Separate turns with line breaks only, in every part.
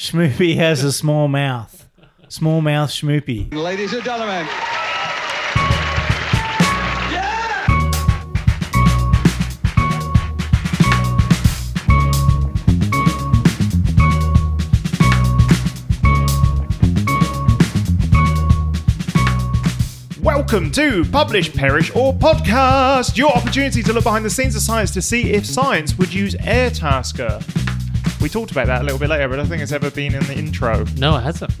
Schmoopy has a small mouth. Small mouth Schmoopy.
Ladies and gentlemen.
Welcome to Publish, Perish, or Podcast, your opportunity to look behind the scenes of science to see if science would use Airtasker. We talked about that a little bit later, but I don't think it's ever been in the intro.
No, it hasn't.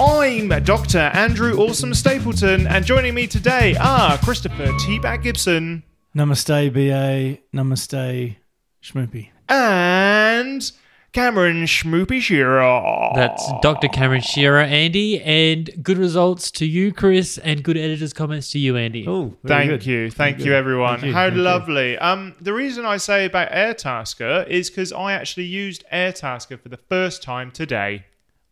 I'm Dr. Andrew Awesome Stapleton, and joining me today are Christopher T. Bat Gibson
Namaste, BA. Namaste, Schmoopy.
and Cameron Schmoopy Shearer.
That's Dr. Cameron Shearer, Andy, and good results to you, Chris, and good editors' comments to you, Andy.
Oh, very
Thank
good.
you, thank
Very
you,
good.
everyone.
Thank you,
How
thank you.
lovely. Um, the reason I say about Airtasker is because I actually used Airtasker for the first time today.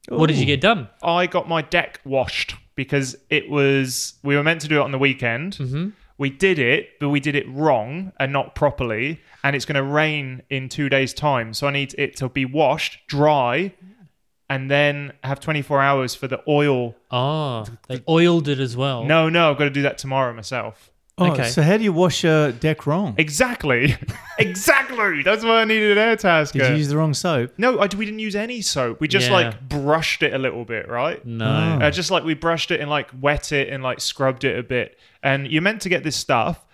What did you get done?
I got my deck washed because it was we were meant to do it on the weekend.
Mm-hmm.
We did it, but we did it wrong and not properly. And it's going to rain in two days' time, so I need it to be washed, dry, and then have 24 hours for the oil.
Oh, they oiled it as well.
No, no, I've got to do that tomorrow myself.
Oh,
Okay.
so how do you wash a deck wrong?
Exactly. exactly. That's why I needed an air tasker.
Did you use the wrong soap?
no, I, we didn't use any soap. We just
Yeah.
like brushed it a little bit,
Mm.
right?
No.
Hmm.
Uh, just like we brushed it and like wet it and like scrubbed it a bit. And you're meant to get this stuff,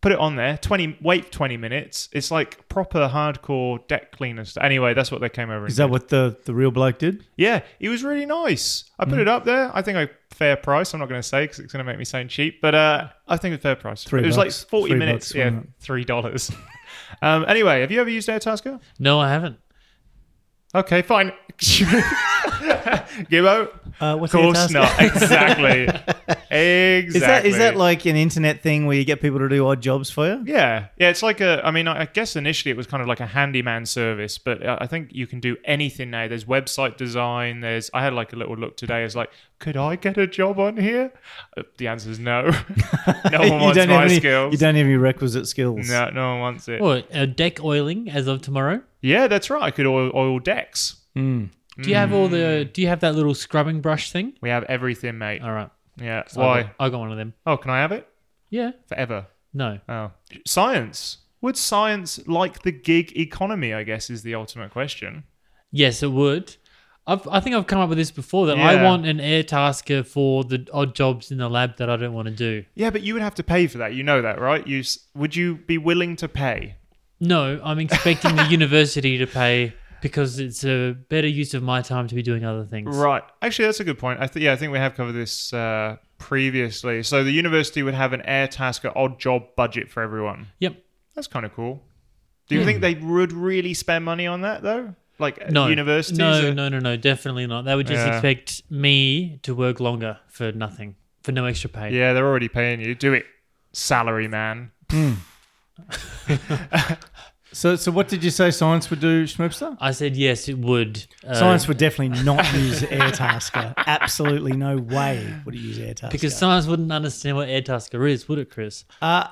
put it on there, 20, wait 20 minutes. It's like proper hardcore deck cleaner stuff. Anyway, that's what they came over and
Is that
did.
what the, the real bloke did?
Yeah, he was really nice. I
Hmm.
put it up there. I think I fair price. I'm not going to say because it's going to make me sound cheap, but uh, I think it's fair price.
Three
it was
bucks.
like 40
Three
minutes.
bucks,
yeah,
wasn't it?
three dollars. um, anyway, have you ever used AirTasker?
No, I haven't.
Okay, fine. Gibbo,
Uh,
of
what's
course
Airtasker?
not. Exactly. exactly.
Is that is that like an internet thing where you get people to do odd jobs for you?
Yeah, yeah. It's like a. I mean, I I guess initially it was kind of like a handyman service, but I I think you can do anything now. There's website design. There's. I had like a little look today. It's like, could I get a job on here? Uh, The answer is no. no one wants
have
my
any,
skills.
You don't have any requisite skills.
no, no one wants it.
Well, uh, deck oiling as of tomorrow.
Yeah, that's right. I could oil, oil decks.
Do you have all
Mm.
the? Do you have that little scrubbing brush thing?
We have everything, mate.
All right.
Yeah.
I
Why?
got- I got one of them.
Oh, can I have it
Yeah.
forever?
No.
Oh, science. Would science like the gig economy? I guess is the ultimate question.
Yes, it would. I've, I think I've come up with this before that
Yeah.
I want an air tasker for the odd jobs in the lab that I don't want to do.
Yeah, but you would have to pay for that. You know that, right? You s- would you be willing to pay?
No, I'm expecting the university to pay because it's a better use of my time to be doing other things.
Right. Actually, that's a good point. I th- yeah, I think we have covered this uh, previously. So the university would have an air tasker odd job budget for everyone.
Yep.
That's kind of cool. Do you think they would really spend money on that though? Like
No.
universities?
No,
are-
no, no, no. Definitely not. They would just
Yeah.
expect me to work longer for nothing, for no extra pay.
Yeah, they're already paying you. Do it, salary man.
So so what did you say science would do, Schmoopster?
I said yes, it would. Uh,
Science would definitely not use Airtasker. Absolutely no way would it use Airtasker.
because science wouldn't understand what air tasker is, would it, Chris?
uh,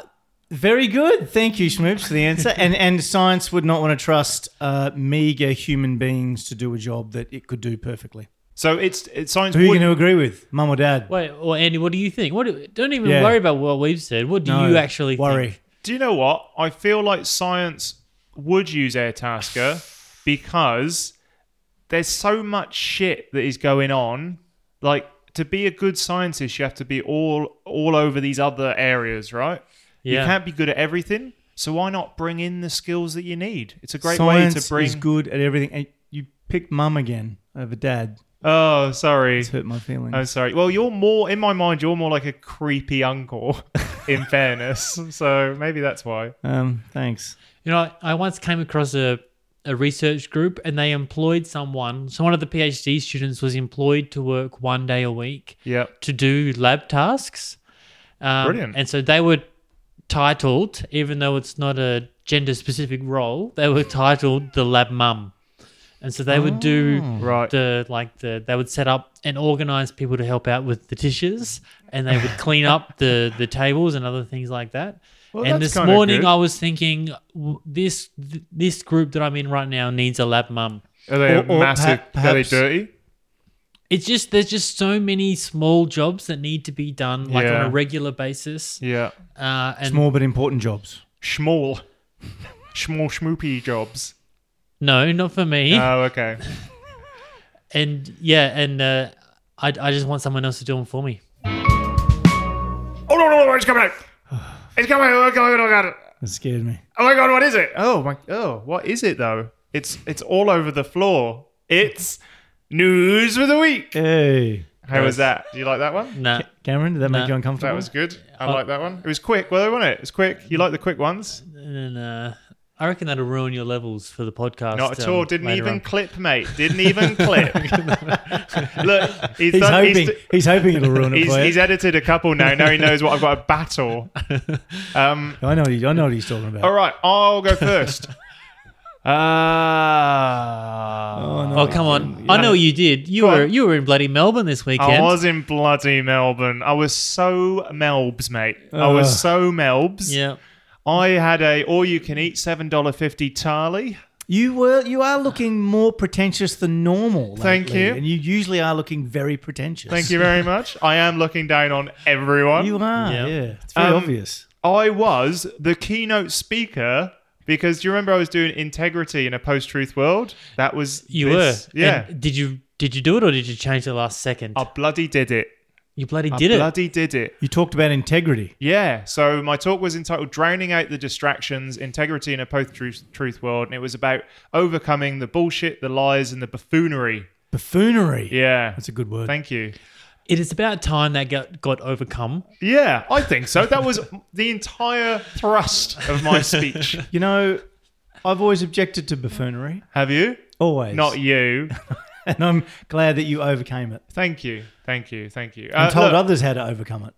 very good. Thank you, Schmoops, for the answer. And and science would not want to trust uh, meager human beings to do a job that it could do perfectly.
So it's, it's science.
Who are you
would-
going to agree with, mum or dad?
Wait, well, Andy, what do you think? What? do- Don't even
Yeah.
worry about what we've said. What do
No,
you actually
worry?
think?
Do you know what? I feel like science would use Airtasker because there's so much shit that is going on. Like to be a good scientist, you have to be all all over these other areas, right?
Yeah.
You can't be good at everything. So why not bring in the skills that you need? It's a great
science
way to bring.
is good at everything. And you picked mum again over dad.
Oh, sorry.
It's hurt my feelings.
I'm sorry. Well, you're more in my mind. You're more like a creepy uncle, in fairness. So maybe that's why.
Um, thanks.
You know, I once came across a, a research group and they employed someone. So one of the PhD students was employed to work one day a week
Yep.
to do lab tasks. Um,
Brilliant.
And so they were titled, even though it's not a gender specific role, they were titled the lab mum. And so they would do
Ah, Right.
the like the they would set up and organize people to help out with the dishes and they would clean up the the tables and other things like that.
Well,
and
that's
this
kinda
morning
good.
I was thinking w- this th- this group that I'm in right now needs a lab mum.
Are they a
Or- or
massive?
perha-
are they
perhaps-
dirty?
It's just there's just so many small jobs that need to be done like on
Yeah.
a regular basis.
Yeah.
Uh, and
Small but important jobs.
Schmall. Schmall schmoopy jobs.
no, not for me.
Oh, okay.
and yeah, and uh, I I just want someone else to do them for me.
Oh no, no, no, it's coming out. It's coming out. Oh god, oh god.
That scared me.
Oh my god, what is it? Oh my oh, what is it though? It's it's all over the floor. It's news for the week.
Hey,
How was that? Do you like that one?
Nah.
Cameron, did that
Nah.
make you uncomfortable?
That Uh, was good. I like that one. It was quick, well, wasn't it? It was quick. You like the quick ones?
And uh, I reckon that'll ruin your levels for the podcast.
Not at
um,
all. Didn't
later
even
on.
clip, mate. Didn't even clip. Look, he's,
He's
done,
hoping.
he's,
He's, hoping it'll ruin it
he's,
for you.
he's edited a couple now. Now he knows what I've got a battle. Um,
I know. What he, I know what he's talking about.
all right, I'll go first.
Oh,
Ah.
no.
Oh come on! I know what you did. You
Go
were
on.
you were in bloody Melbourne this weekend.
I was in bloody Melbourne. I was so Melbs, mate. I
Ugh.
was so Melbs.
Yeah.
I had a all you can eat seven dollar fifty tarly.
You were. You are looking more pretentious than normal.
Thank
lately,
you.
And you usually are looking very pretentious.
Thank you very much. I am looking down on everyone.
You are.
Yeah.
Yeah. It's very
Um,
obvious.
I was the keynote speaker because do you remember I was doing integrity in a post truth world? That was
You
this-
were.
yeah.
And did you did you do it or did you change the last second?
I bloody did it.
you bloody
I
did it.
Bloody did it.
You talked about integrity.
Yeah. So my talk was entitled Drowning Out the Distractions, Integrity in a Post Truth World. And it was about overcoming the bullshit, the lies, and the buffoonery.
Buffoonery.
Yeah.
That's a good word.
Thank you.
It is about time that got got overcome.
Yeah, I think so. That was the entire thrust of my speech.
you know, I've always objected to buffoonery.
Have you?
Always.
Not you.
And I'm glad that you overcame it
Thank you. Thank you. Thank you.
and
Uh,
told
look,
others how to overcome it.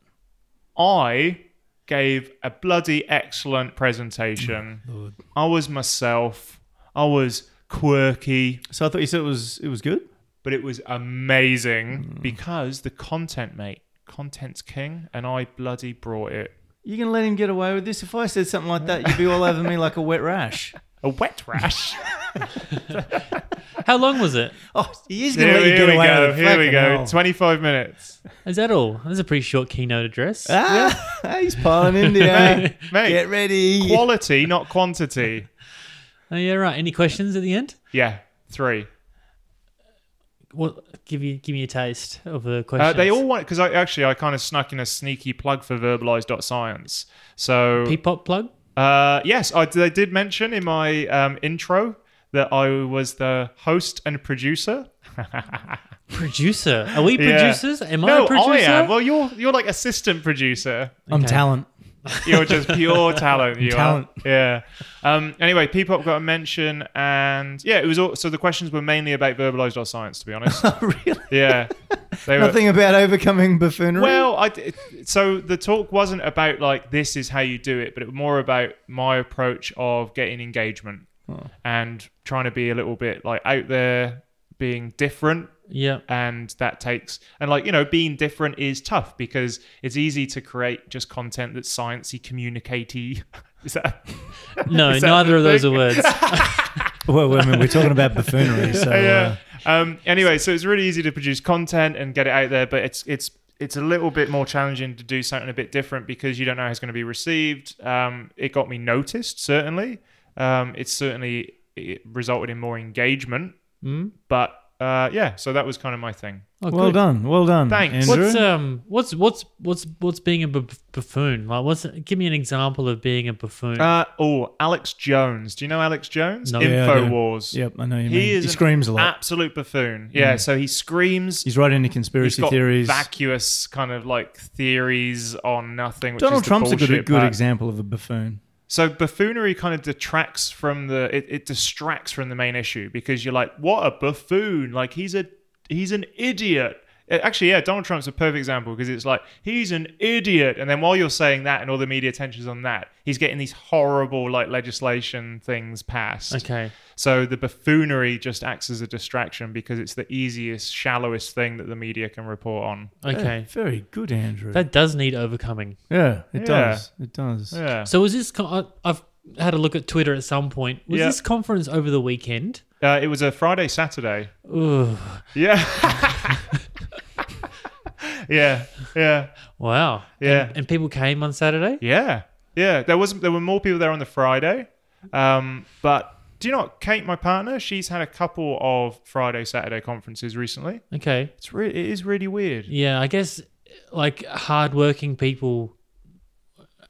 I gave a bloody excellent presentation. I was myself. I was quirky.
So I thought you said it was it was good.
but it was amazing because the content, mate, content's king, and I bloody brought it.
You gonna let him get away with this? If I said something like that, you'd be all over me like a wet rash.
A wet rash.
How long was it?
Oh, he is gonna
here
let you
here
get
we
away
go.
with it.
Here we
Fucking
go.
hell.
Twenty-five minutes,
Is that all? That's a pretty short keynote address.
Ah, he's piling into you.
mate.
Get ready.
Quality, not quantity.
Oh, yeah, right. Any questions at the end?
Yeah, three.
Well, give you give me a taste of the
Uh,
questions.
they all want because I actually I kind of snuck in a sneaky plug for verbalize.science. So
Peepop plug.
Uh, yes, I, I did mention in my um, intro that I was the host and producer.
Producer. Are we
Yeah.
producers? Am I
no,
a producer?
I am. Well, you're you're like assistant producer.
I'm
Okay.
talent.
You're just pure talent. You
Talent.
Are. Yeah. Um, anyway, Peepop got a mention, and yeah, it was all. So the questions were mainly about verbalized our science, to be honest.
really?
Yeah. They were.
Nothing about overcoming buffoonery.
Well, I d- so the talk wasn't about like this is how you do it, but it was more about my approach of getting engagement and trying to be a little bit like out there, being different,
yeah.
and that takes and like you know being different is tough because it's easy to create just content that's sciencey, communicatey. Is that?
No,
Is that
neither of
the
those are
thing?
words.
well, I mean, we're talking about buffoonery, so uh,
yeah. Um, anyway, so it's really easy to produce content and get it out there, but it's it's it's a little bit more challenging to do something a bit different because you don't know how it's going to be received. Um, it got me noticed, certainly. Um, it's certainly it resulted in more engagement,
Mm.
but uh, yeah, so that was kind of my thing.
Oh,
uh, well
good.
done, well done.
Thanks. uh,
Andrew.
What's um what's what's what's what's being a bu- buffoon? Like what's give me an example of being a buffoon.
Uh, oh, Alex Jones. Do you know Alex Jones?
No.
Yeah, I do.
Infowars.
Yep, I know you mean.
He
He,
is an
screams a lot.
Absolute buffoon. Yeah, so he screams.
He's right into conspiracy
He's got
theories.
vacuous kind of like theories on nothing. Which is
Donald
the
Trump's a good,
bullshit
good
part.
example of a buffoon.
So buffoonery kind of detracts from the it, it distracts from the main issue because you're like, what a buffoon! Like he's a he's an idiot. Uh, Actually, yeah, Donald Trump's a perfect example because it's like he's an idiot, and then while you're saying that and all the media attention's on that, he's getting these horrible like legislation things passed.
okay.
So the buffoonery just acts as a distraction because it's the easiest, shallowest thing that the media can report on.
Okay.
uh,
Very good, Andrew.
That does need overcoming.
yeah, it
Yeah.
does. It does.
Yeah.
So was this con- I- I've had a look at Twitter at some point. Was
Yeah.
this conference over the weekend?
Uh, it was a Friday, Saturday.
Ooh,
Yeah. yeah. Yeah.
wow.
Yeah.
And, and people came on Saturday?
Yeah. Yeah. There was there were more people there on the Friday. Um, but do you know what? Kate, my partner, she's had a couple of Friday, Saturday conferences recently.
Okay.
It's re- it is really weird.
Yeah, I guess like hardworking people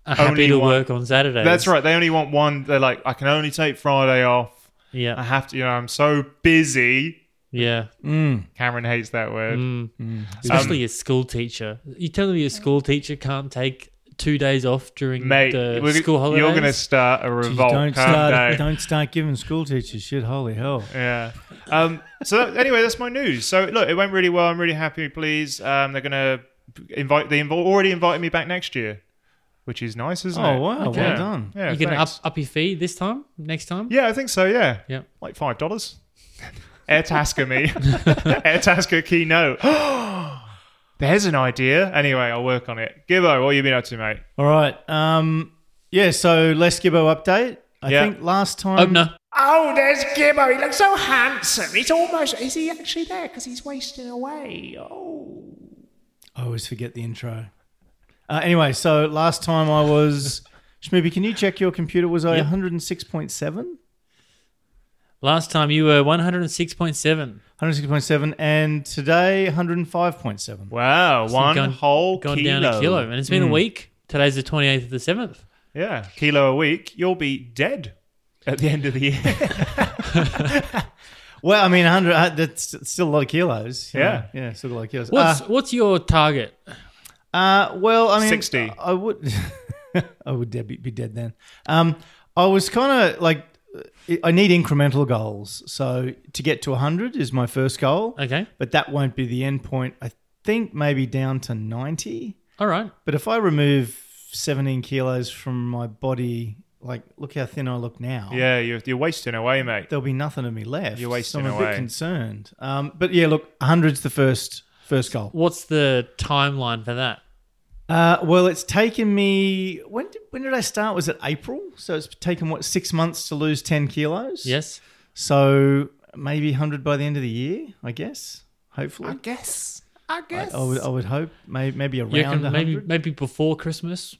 are
Only
happy to
one-
work on Saturdays.
That's right. They only want one. They're like, I can only take Friday off. I
Yeah.
have to, you know, I'm so busy.
Yeah.
Mm.
Cameron hates that word.
Mm.
Um,
Especially a school teacher. You tell me your school teacher can't take two days off during
Mate,
the
we're-
school holidays.
you're going to start a
Jeez,
revolt,
don't
can't they?
start, don't start giving school teachers shit. Holy hell.
Yeah. Um, so that- anyway, that's my news. So look, it went really well. I'm really happy. Please, um, they're gonna invite. They inv- already invited me back next year, which is nice, isn't it?
Oh, wow.
Yeah.
Well done.
Yeah.
you gonna up,
thanks.
up your fee this time? Next time?
Yeah, I think so. Yeah.
Yeah.
Like five dollars. Air Tasker me. Air Tasker keynote. There's an idea. Anyway, I'll work on it. Gibbo, what you been up to, mate?
All right. Um, yeah, so Les Gibbo update. I
Yeah.
think last time.
Um,
Opener.
Oh, there's Gibbo. He looks so handsome. It's almost. Is he actually there? Because he's wasting away. Oh.
I always forget the intro. Uh, anyway, so last time I was. Shmooby, can you check your computer? Was I
Yep.
106.7?
Last time you were 106.7.
106.7 and today 105.7.
Wow, one
gone-
whole
Gone
kilo. Mm. Ah.
down a kilo. And it's been a week. Today's the 28th of the 7th.
Yeah, kilo a week. You'll be dead at the end of the year.
Well, I mean, 100, uh, that's still a lot of kilos. you
Yeah.
know. Yeah, still a lot of kilos.
What's,
Uh,
what's your target?
uh, well, I mean,
60.
I would, I would dead, be dead then. Um, I was kind of like, I need incremental goals. So to get to 100 is my first goal.
Okay.
But that won't be the end point. I think maybe down to 90.
All right.
But if I remove 17 kilos from my body, like, look how thin I look now.
Yeah, you're, you're wasting away, mate.
there'll be nothing of me left.
You're wasting
so I'm a
away.
bit concerned. Um, but yeah, look, 100's the first first goal.
What's the timeline for that?
Uh, well, it's taken me when did, when did I start? Was it April? So it's taken what six months to lose 10 kilos.
Yes.
So maybe 100 by the end of the year, I guess. Hopefully, I,
Guess. I guess.
I would, I would hope may, maybe around
You reckon
100.
maybe maybe before Christmas?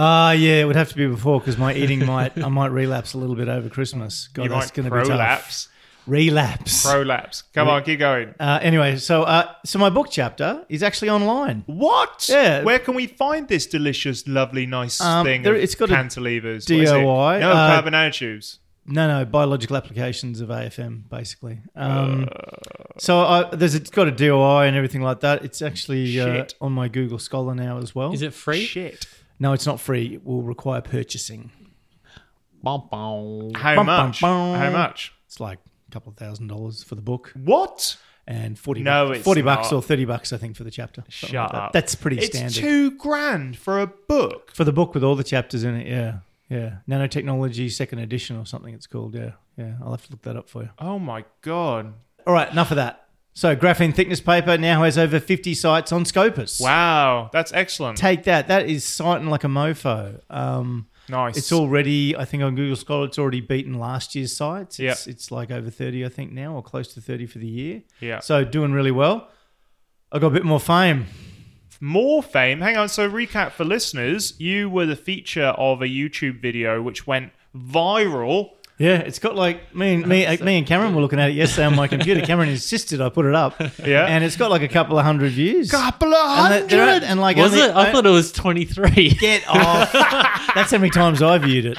Ah, yeah, it would have to be before because my eating might I might relapse a little bit over Christmas. God,
You
Oh, that's
might
going to be tough.
prolapse.
Relapse.
Prolapse. Come on, keep going.
uh, anyway, so uh, so my book chapter is actually online.
What?
Yeah.
Where can we find this delicious, lovely, nice
Um,
thing?
there-
of
it's got a
cantilevers.
DOI,
What is it? No,
uh,
carbon nanotubes.
No, no, biological applications of AFM, basically. Um,
Uh,
so I, there's it's got a DOI and everything like that. It's actually uh,
Shit.
on my Google Scholar now as well.
Is it free?
Shit.
No, it's not free. It will require purchasing.
Bum, bum.
How
Bum, bum,
much?
bum.
How much?
It's like a couple of thousand dollars for the book
What?
and forty.
No,
bucks,
it's
forty bucks
not.
or thirty bucks, I think, for the chapter. Something
Shut
like that.
up.
That's pretty
It's
standard
two grand for a book.
for the book with all the chapters in it. Yeah, yeah. Nanotechnology second edition or something. It's called. Yeah, yeah. I'll have to look that up for you.
Oh my god!
All right, enough of that. So graphene thickness paper now has over fifty sites on Scopus.
Wow, that's excellent.
Take that. That is sighting like a mofo. Um,
nice.
it's already, I think, on Google Scholar, it's already beaten last year's sites. It's, it's like over 30, I think, now, or close to 30 for the year.
Yeah.
So doing really well. I got a bit more fame.
more fame. Hang on. So, recap for listeners: you were the feature of a YouTube video which went viral.
Yeah, it's got like me and me, me and Cameron were looking at it yesterday on my computer. Cameron insisted I put it up.
Yeah.
And it's got like a couple of hundred views.
Couple of
And, they're- they're- and like
Was
only-
it? I thought it was 23.
Get off. That's how many times I viewed it.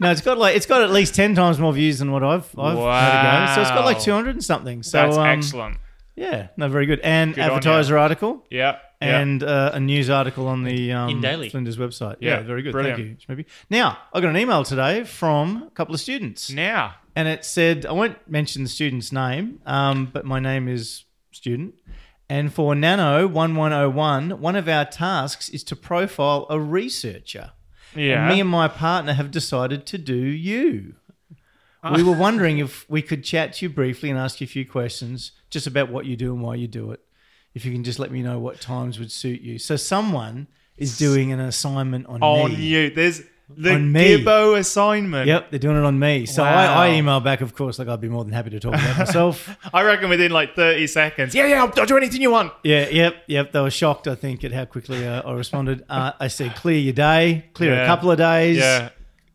No, it's got like it's got at least ten times more views than what I've I've had a go. So it's got like
Wow.
two hundred and something. So
That's
um,
excellent.
Yeah, no, very good. And
Good on
advertiser article
Yeah. yeah.
and uh, a news article on the um,
In Daily.
Flinders website. Yeah,
Yeah,
very good. Thank you.
brilliant.
Maybe now I got an email today from a couple of students,
now.
and it said I won't mention the student's name, um, but my name is student. And for Nano 1101, one of our tasks is to profile a researcher.
Yeah.
And me and my partner have decided to do you.
Ah.
We were wondering if we could chat to you briefly and ask you a few questions just about what you do and why you do it. If you can just let me know what times would suit you. So someone is doing an assignment on,
on
me.
you. There's The
On me.
Gibbo assignment.
Yep, they're doing it on me. So
Wow.
I, I email back, of course, like I'd be more than happy to talk about myself.
I reckon within like 30 seconds. Yeah, yeah, I'll, I'll do anything you want.
yeah, yep, yep. They were shocked, I think, at how quickly uh, I responded. Uh, I said, clear your day, clear
Yeah.
a couple of days.
Yeah.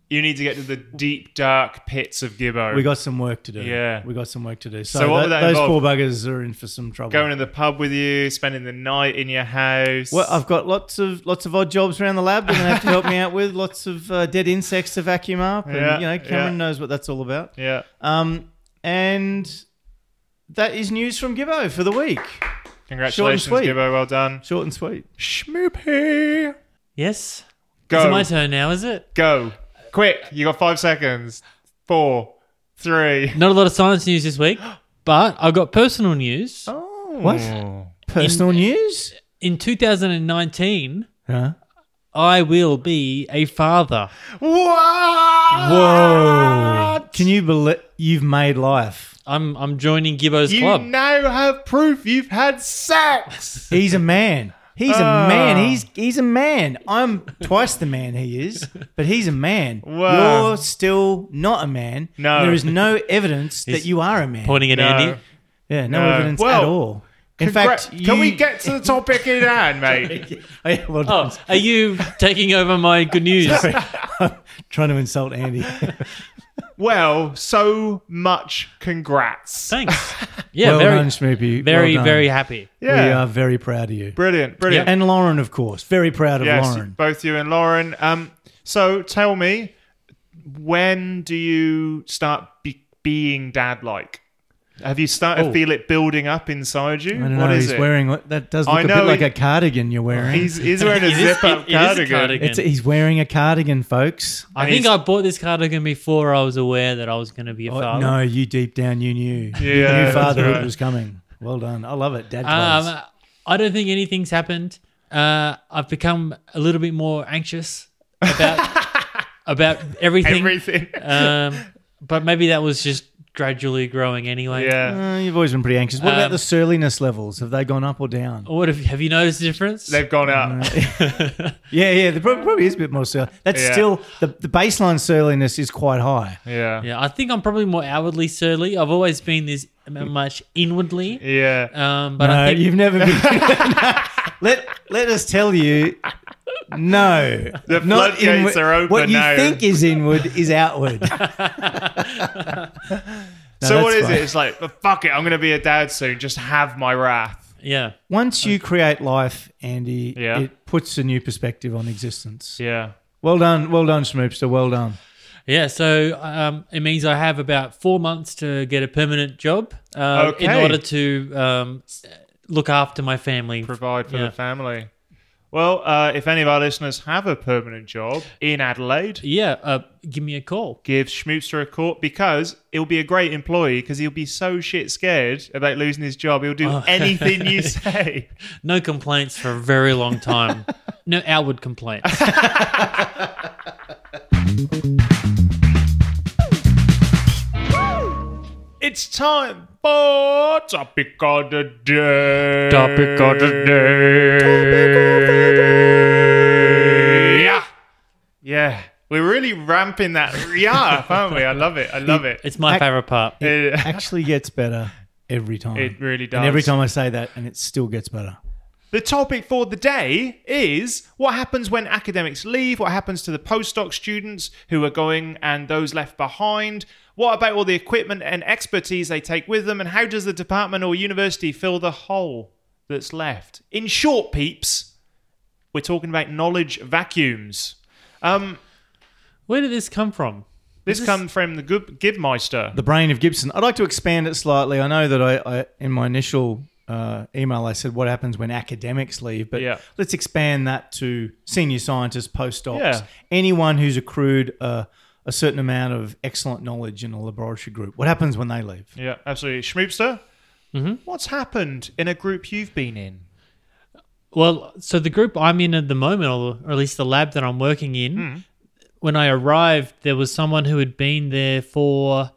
You need to get to the deep, dark pits of Gibbo.
We got some work to do.
Yeah.
We got some work to do. So,
So what
tho-
would that
those
involve?
poor buggers are in for some trouble.
going to the pub with you, spending the night in your house.
Well, I've got lots of lots of odd jobs around the lab they're going to have to help me out with. Lots of uh, dead insects to vacuum up, and
Yeah,
you know Cameron
yeah.
knows what that's all about.
yeah.
Um, and that is news from Gibbo for the week.
Congratulations,
short and sweet.
Gibbo. Well done.
Short and sweet.
Schmoopy.
Yes? It's
Go.
my turn now, is it?
Go. Quick. You got five seconds. Four, three.
Not a lot of science news this week, but I've got personal news.
Oh.
What? Personal news?
In 2019,
Huh?
I will be a father.
Wow.
Whoa! Can you believe you've made life?
I'm I'm joining Gibbo's
You
club.
now have proof you've had sex.
He's a man. He's
Ah.
a man. He's he's a man. I'm twice the man he is, but he's a man.
Wow.
You're still not a man.
No.
There is no evidence that
He's
you are a man.
Pointing at
No.
Andy.
Yeah, no,
No.
evidence
Well,
at all. In fact,
Congra- can
you-
we get to the topic in hand, mate?
Oh, yeah, well, done.
Oh, are you taking over my good news?
trying to insult Andy.
Well, so much congrats.
Thanks. Yeah,
well
very,
done, Smoopy.
very,
Well done.
very happy.
We
Yeah.
are very proud of you.
Brilliant, brilliant.
And Lauren, of course, very proud of
yes,
Lauren.
both you and Lauren. Um, so tell me, when do you start be- being dad like? Have you started to feel it building up inside you?
Oh. I don't
What
know.
is
he's
it?
wearing what that does
I
look a
know
bit like
he-
a cardigan you're wearing.
he's, he's wearing a
It is-
zip up
it- it is a
cardigan.
cardigan.
It's- he's wearing a cardigan, folks.
I
And
think
he's-
I bought this cardigan before I was aware that I was going to be a
Oh,
father.
no, you deep down, you knew. you
Yeah,
knew
that's
fatherhood
right.
was coming. Well done. I love it. Dad clothes.
Um, I don't think anything's happened. Uh, I've become a little bit more anxious about about everything.
Everything.
Uh,
Um, but maybe that was just gradually growing anyway.
yeah.
Uh, you've always been pretty anxious. What about
um,
the surliness levels? Have they gone up or down?
Oh,
What have, have you noticed the difference?
They've gone up.
uh, Yeah, yeah, there prob- probably is a bit more surly. That's
Yeah.
still the, the baseline surliness is quite high.
Yeah. Yeah.
yeah, I think I'm probably more outwardly surly. I've always been this m- much inwardly.
Uh,
Um, but
No,
I think
you've never been. let let us tell you. No,
The floodgates are open
What you
now.
think is inward is outward. No,
so what
that's
is
fine.
it? It's like, "But fuck it, I'm going to be a dad soon. Just have my wrath.
yeah,
Once you create life, Andy,
Yeah.
it puts a new perspective on existence.
Yeah.
Well done, well done, Schmoopster. Well done.
yeah. So um, it means I have about four months to get a permanent job uh, in
Okay.
order to um, look after my family.
Provide for
Yeah.
the family. Well, uh, if any of our listeners have a permanent job in Adelaide,
Yeah, uh, give me a call.
give Schmoopster a call because he'll be a great employee because he'll be so shit scared about losing his job. He'll do
Oh.
anything you say.
No complaints for a very long time. no outward complaints.
It's time for topic of the day.
Topic of the day.
Yeah. Yeah. We're really ramping that yeah up, aren't we? I love it. I love it.
It's my favorite part.
Uh,
Actually, gets better every time.
It really does.
And every time I say that, and it still gets better.
The topic for the day is what happens when academics leave, what happens to the postdoc students who are going and those left behind, what about all the equipment and expertise they take with them, and how does the department or university fill the hole that's left? In short, peeps, we're talking about knowledge vacuums. Um,
Where did this come from?
this comes from the Gib- Gibmeister.
the brain of Gibson. I'd like to expand it slightly. I know that I, I in my initial uh, email I said what happens when academics leave, but
Yeah.
let's expand that to senior scientists, postdocs,
Yeah.
anyone who's accrued a, a certain amount of excellent knowledge in a laboratory group. What happens when they leave?
yeah, absolutely. Schmoopster, what's happened in a group you've been in?
Well, so the group I'm in at the moment, or, or at least the lab that I'm working
Hmm.
in, when I arrived, there was someone who had been there for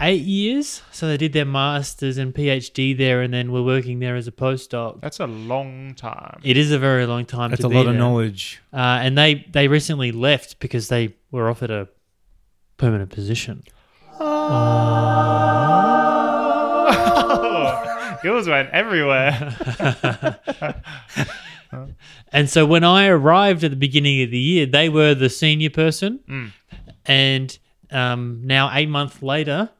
eight years. So they did their masters and PhD there, and then were working there as a postdoc.
That's a long time.
It is a very long time.
That's
to
a
be
lot of
there.
knowledge.
Uh, and they they recently left because they were offered a permanent position.
Yours went everywhere.
And so when I arrived at the beginning of the year, they were the senior person,
Mm.
and um, now eight months later,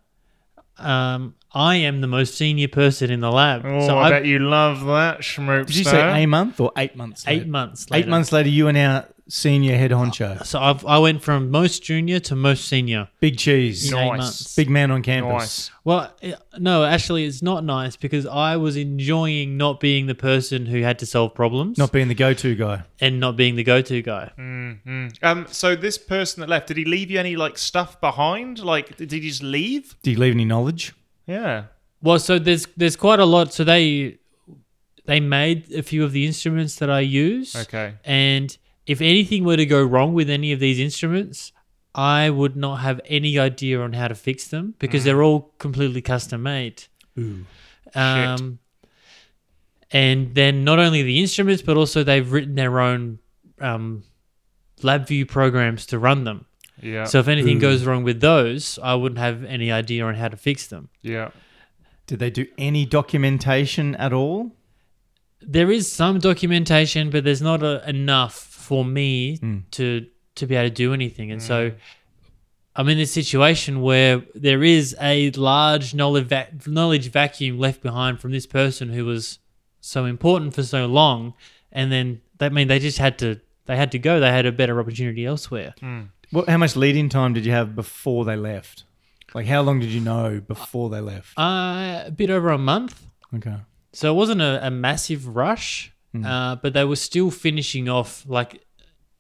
um, I am the most senior person in the lab.
Oh,
so
I,
I've-
bet you love that schmoop.
Did you say a month or eight months?
eight
later?
months
Eight
later.
months later, you are now senior head honcho.
So I've, I went from most junior to most senior.
Big cheese.
in
No.
eight
Nice.
months.
Big man on campus.
Nice.
Well, eh, no, actually, it's not nice because I was enjoying not being the person who had to solve problems
Not being the go to guy.
and not being the go-to guy.
Um, so this person that left, did he leave you any like stuff behind? Like, did he just leave?
Do you leave any knowledge?
Yeah.
Well, so there's there's quite a lot. So they they made a few of the instruments that I use.
Okay.
And if anything were to go wrong with any of these instruments, I would not have any idea on how to fix them because they're all completely custom made. Ooh. Um, and then not only the instruments, but also they've written their own um, LabVIEW programs to run them.
Yeah.
So if anything goes wrong with those, I wouldn't have any idea on how to fix them.
yeah.
Did they do any documentation at all?
there is some documentation, but there's not a, enough for me to to be able to do anything. And so I'm in this situation where there is a large knowledge va- knowledge vacuum left behind from this person who was so important for so long, and then that mean they just had to they had to go. They had a better opportunity elsewhere.
What, how much lead in time did you have before they left? Like, how long did you know before they left?
Uh, a bit over a month.
Okay.
So it wasn't a, a massive rush,
Mm.
uh, but they were still finishing off. Like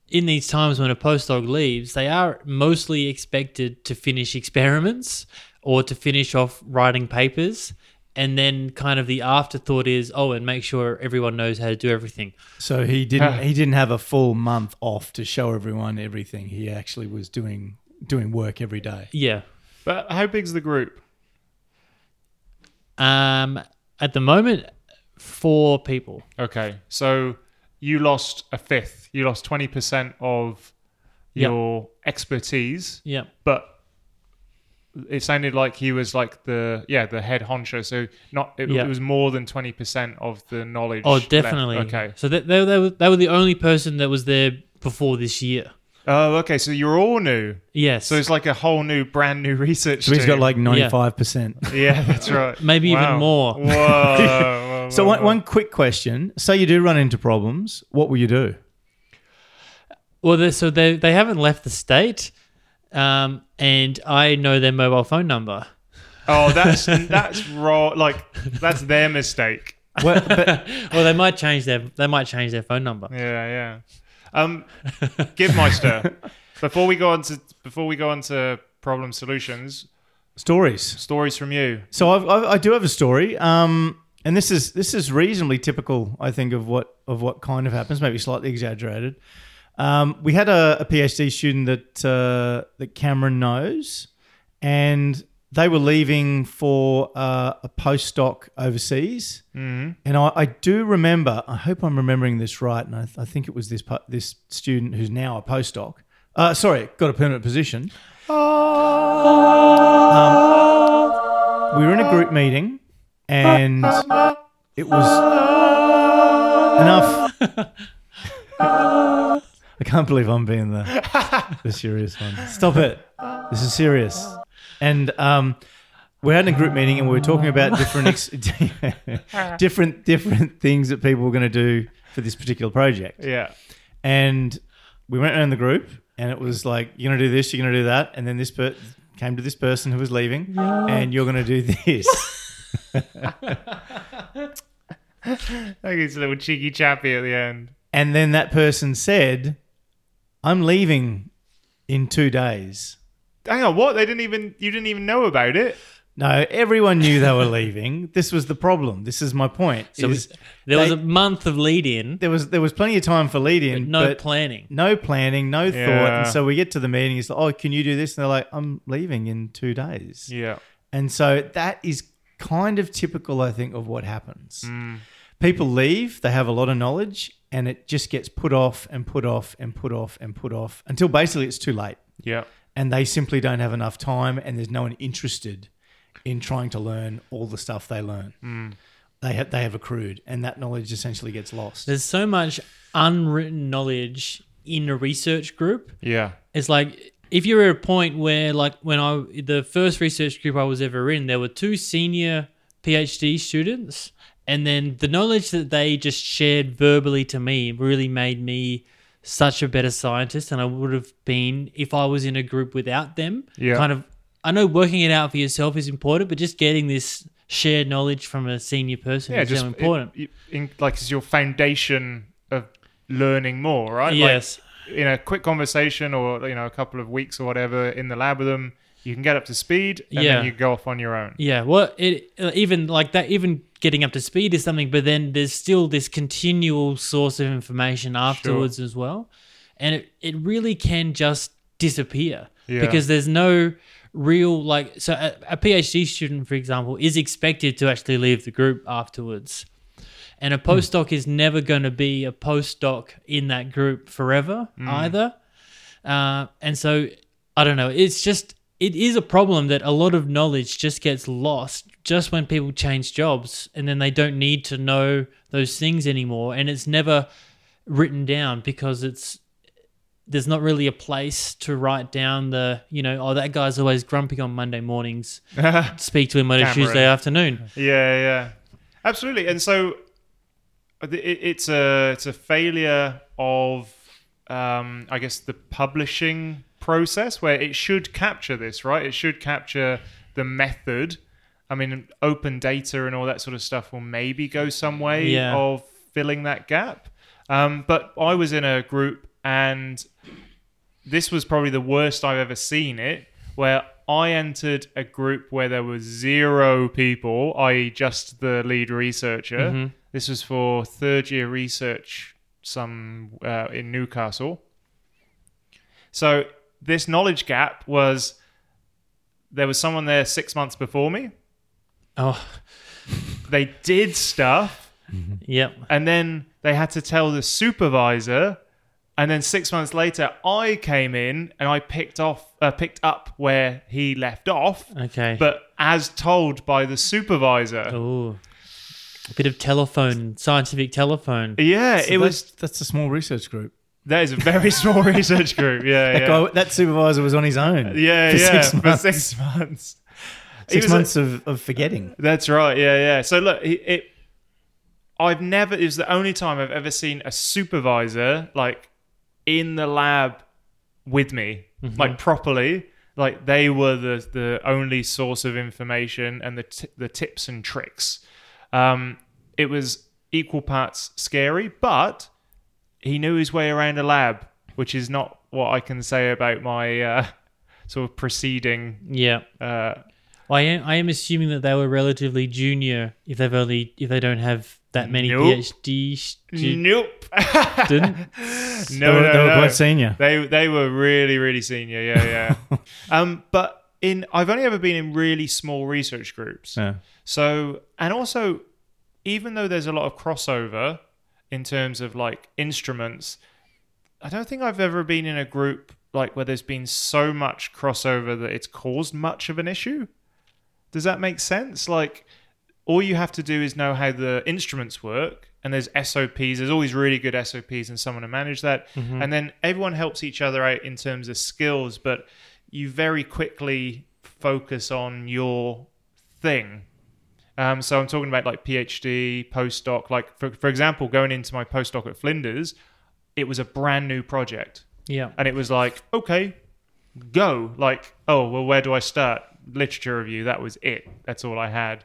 in these times when a postdoc leaves, they are mostly expected to finish experiments or to finish off writing papers. And then kind of the afterthought is, oh, and make sure everyone knows how to do everything.
So he didn't. he didn't have a full month off to show everyone everything. He actually was doing doing work every day.
Yeah.
But how big's the group?
Um, at the moment, four people.
Okay. So you lost a fifth. You lost twenty percent of
Yeah.
your expertise,
Yeah.
but it sounded like he was like the yeah the head honcho. So not it,
Yeah.
it was more than twenty percent of the knowledge.
Oh,
left.
definitely.
Okay.
So they, they, they, were, they were the only person that was there before this year.
Oh, okay. So you're all new.
Yes.
So it's like a whole new, brand new research.
So he's got
team.
like ninety five percent.
yeah, that's right.
Maybe even more.
Whoa. whoa, whoa,
So one,
whoa.
one quick question: Say you do run into problems, what will you do?
Well, they, so they they haven't left the state, um, and I know their mobile phone number.
Oh, that's that's raw. Like that's their mistake.
Well, but
Well, they might change their they might change their phone number.
Yeah, yeah. Um, give Meister. Before we go on to before we go on to problem solutions,
stories.
stories from you.
So I've, I've, I do have a story, um, and this is this is reasonably typical, I think, of what of what kind of happens. Maybe slightly exaggerated. Um, we had a, a PhD student that uh, that Cameron knows, and they were leaving for uh, a postdoc overseas. And I, I do remember. I hope I'm remembering this right. And I, th- I think it was this po- this student who's now a postdoc. Uh, sorry, got a permanent position. Um, we were in a group meeting, and it was enough. I can't believe I'm being the the serious one. Stop it. This is serious. And um, we had a group meeting and we were talking about different ex- different different things that people were going to do for this particular project.
Yeah.
And we went around the group and it was like you're going to do this, you're going to do that, and then this per- came to this person who was leaving and you're going to do this.
Like he's a little cheeky chappy at the end.
and then that person said, "I'm leaving in 2 days."
Hang on, what? They didn't even you didn't even know about it.
No, everyone knew they were leaving. This was the problem. This is my point.
So
is
there was
they-
a month of lead in,
there was there was plenty of time for lead in,
no
but
planning.
no planning, no thought.
Yeah.
And so we get to the meeting. It's like, oh, can you do this? And they're like, I'm leaving in two days.
Yeah.
And so that is kind of typical, I think, of what happens.
Mm.
People leave, they have a lot of knowledge, and it just gets put off and put off and put off and put off until basically it's too late.
Yeah.
And they simply don't have enough time, and there's no one interested in trying to learn all the stuff they learn.
Hmm.
They, have, they have accrued, and that knowledge essentially gets lost.
There's so much unwritten knowledge in a research group.
Yeah.
It's like if you're at a point where, like, when I the first research group I was ever in, there were two senior PhD students, and then the knowledge that they just shared verbally to me really made me such a better scientist than I would have been if I was in a group without them.
Yeah.
Kind of. I know working it out for yourself is important, but just getting this shared knowledge from a senior person
Yeah.
is
Just
so important.
it- it- in, like it's your foundation of learning more, right? Like,
yes.
in a quick conversation or you know a couple of weeks or whatever in the lab with them, you can get up to speed and
Yeah.
then you go off on your own.
Yeah, well, it uh, even like that, even getting up to speed is something, but then there's still this continual source of information afterwards as well, and it it really can just disappear
Yeah.
because there's no real like so a, a PhD student, for example, is expected to actually leave the group afterwards. And a postdoc is never going to be a postdoc in that group forever either. Uh, and so I don't know. It's just it is a problem that a lot of knowledge just gets lost just when people change jobs and then they don't need to know those things anymore and it's never written down because it's there's not really a place to write down the you know oh that guy's always grumpy on Monday mornings speak to him on a
Cameron.
Tuesday afternoon
Yeah, yeah, absolutely. And so uh, it, it's a it's a failure of um, I guess the publishing process where it should capture this, right? It should capture the method. I mean, open data and all that sort of stuff will maybe go some way
Yeah.
of filling that gap. Um, but I was in a group and this was probably the worst I've ever seen it, where I entered a group where there were zero people, i.e., just the lead researcher. This was for third year research, some uh, in Newcastle. So this knowledge gap was there was someone there six months before me.
oh
They did stuff,
yep
and then they had to tell the supervisor and then six months later i came in and i picked off uh, picked up where he left off
Uh.
okay
but as told by the supervisor
oh a bit of telephone scientific telephone
yeah it was
that's a small research group.
that is a very small research group yeah
That
yeah
guy, that supervisor was on his own.
yeah
for
yeah
six
for
months.
six months He
Six
was a-
months of, of forgetting.
That's right. Yeah, yeah. So look, it, it. I've never. It was the only time I've ever seen a supervisor like in the lab with me, like properly. Like they were the the only source of information and the t- the tips and tricks. Um, it was equal parts scary, but he knew his way around a lab, which is not what I can say about my uh, sort of preceding.
yeah
Uh,
I am, I am assuming that they were relatively junior if they've only if they don't have that many
Nope.
PhD students.
nope.
they
No,
were,
no,
they were
no.
quite senior.
They they were really really senior. Yeah, yeah. um, but in I've only ever been in really small research groups.
Yeah.
So and also, even though there's a lot of crossover in terms of like instruments, I don't think I've ever been in a group like where there's been so much crossover that it's caused much of an issue. Does that make sense? Like all you have to do is know how the instruments work and there's SOPs. There's always really good SOPs and someone to manage that. And then everyone helps each other out in terms of skills, but you very quickly focus on your thing. Um, so I'm talking about like PhD, postdoc. Like for, for example, going into my postdoc at Flinders, it was a brand new project.
Yeah.
And it was like, okay, go. Like, oh, well, where do I start? Literature review. That was it. That's all I had.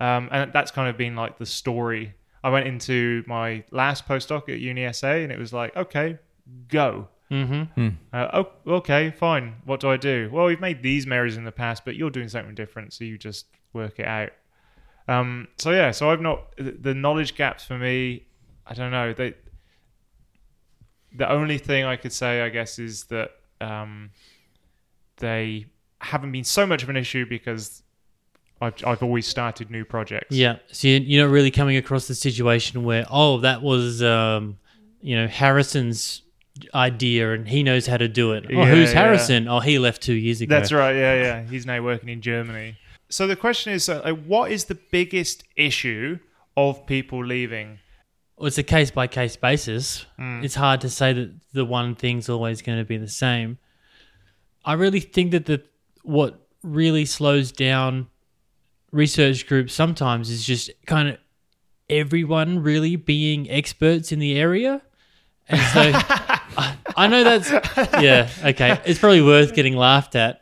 Um, and that's kind of been like the story. I went into my last postdoc at UniSA and it was like, okay, go. Uh, oh, okay, fine. What do I do? Well, we've made these mirrors in the past, but you're doing something different. So you just work it out. Um, so yeah, so I've not, the the knowledge gaps for me, I don't know. They, the only thing I could say, I guess, is that um, they haven't been so much of an issue because I've, I've always started new projects.
Yeah. So you- you're not really coming across the situation where, oh, that was, um, you know, Harrison's idea and he knows how to do it. Oh,
Yeah,
who's
yeah.
Harrison? Oh, he left two years ago.
That's right. Yeah, yeah. He's now working in Germany. So the question is, uh, like, what is the biggest issue of people leaving?
Well, it's a case by case basis. It's hard to say that the one thing's always going to be the same. I really think that the what really slows down research groups sometimes is just kind of everyone really being experts in the area. And so I, I know that's yeah, okay. It's probably worth getting laughed at.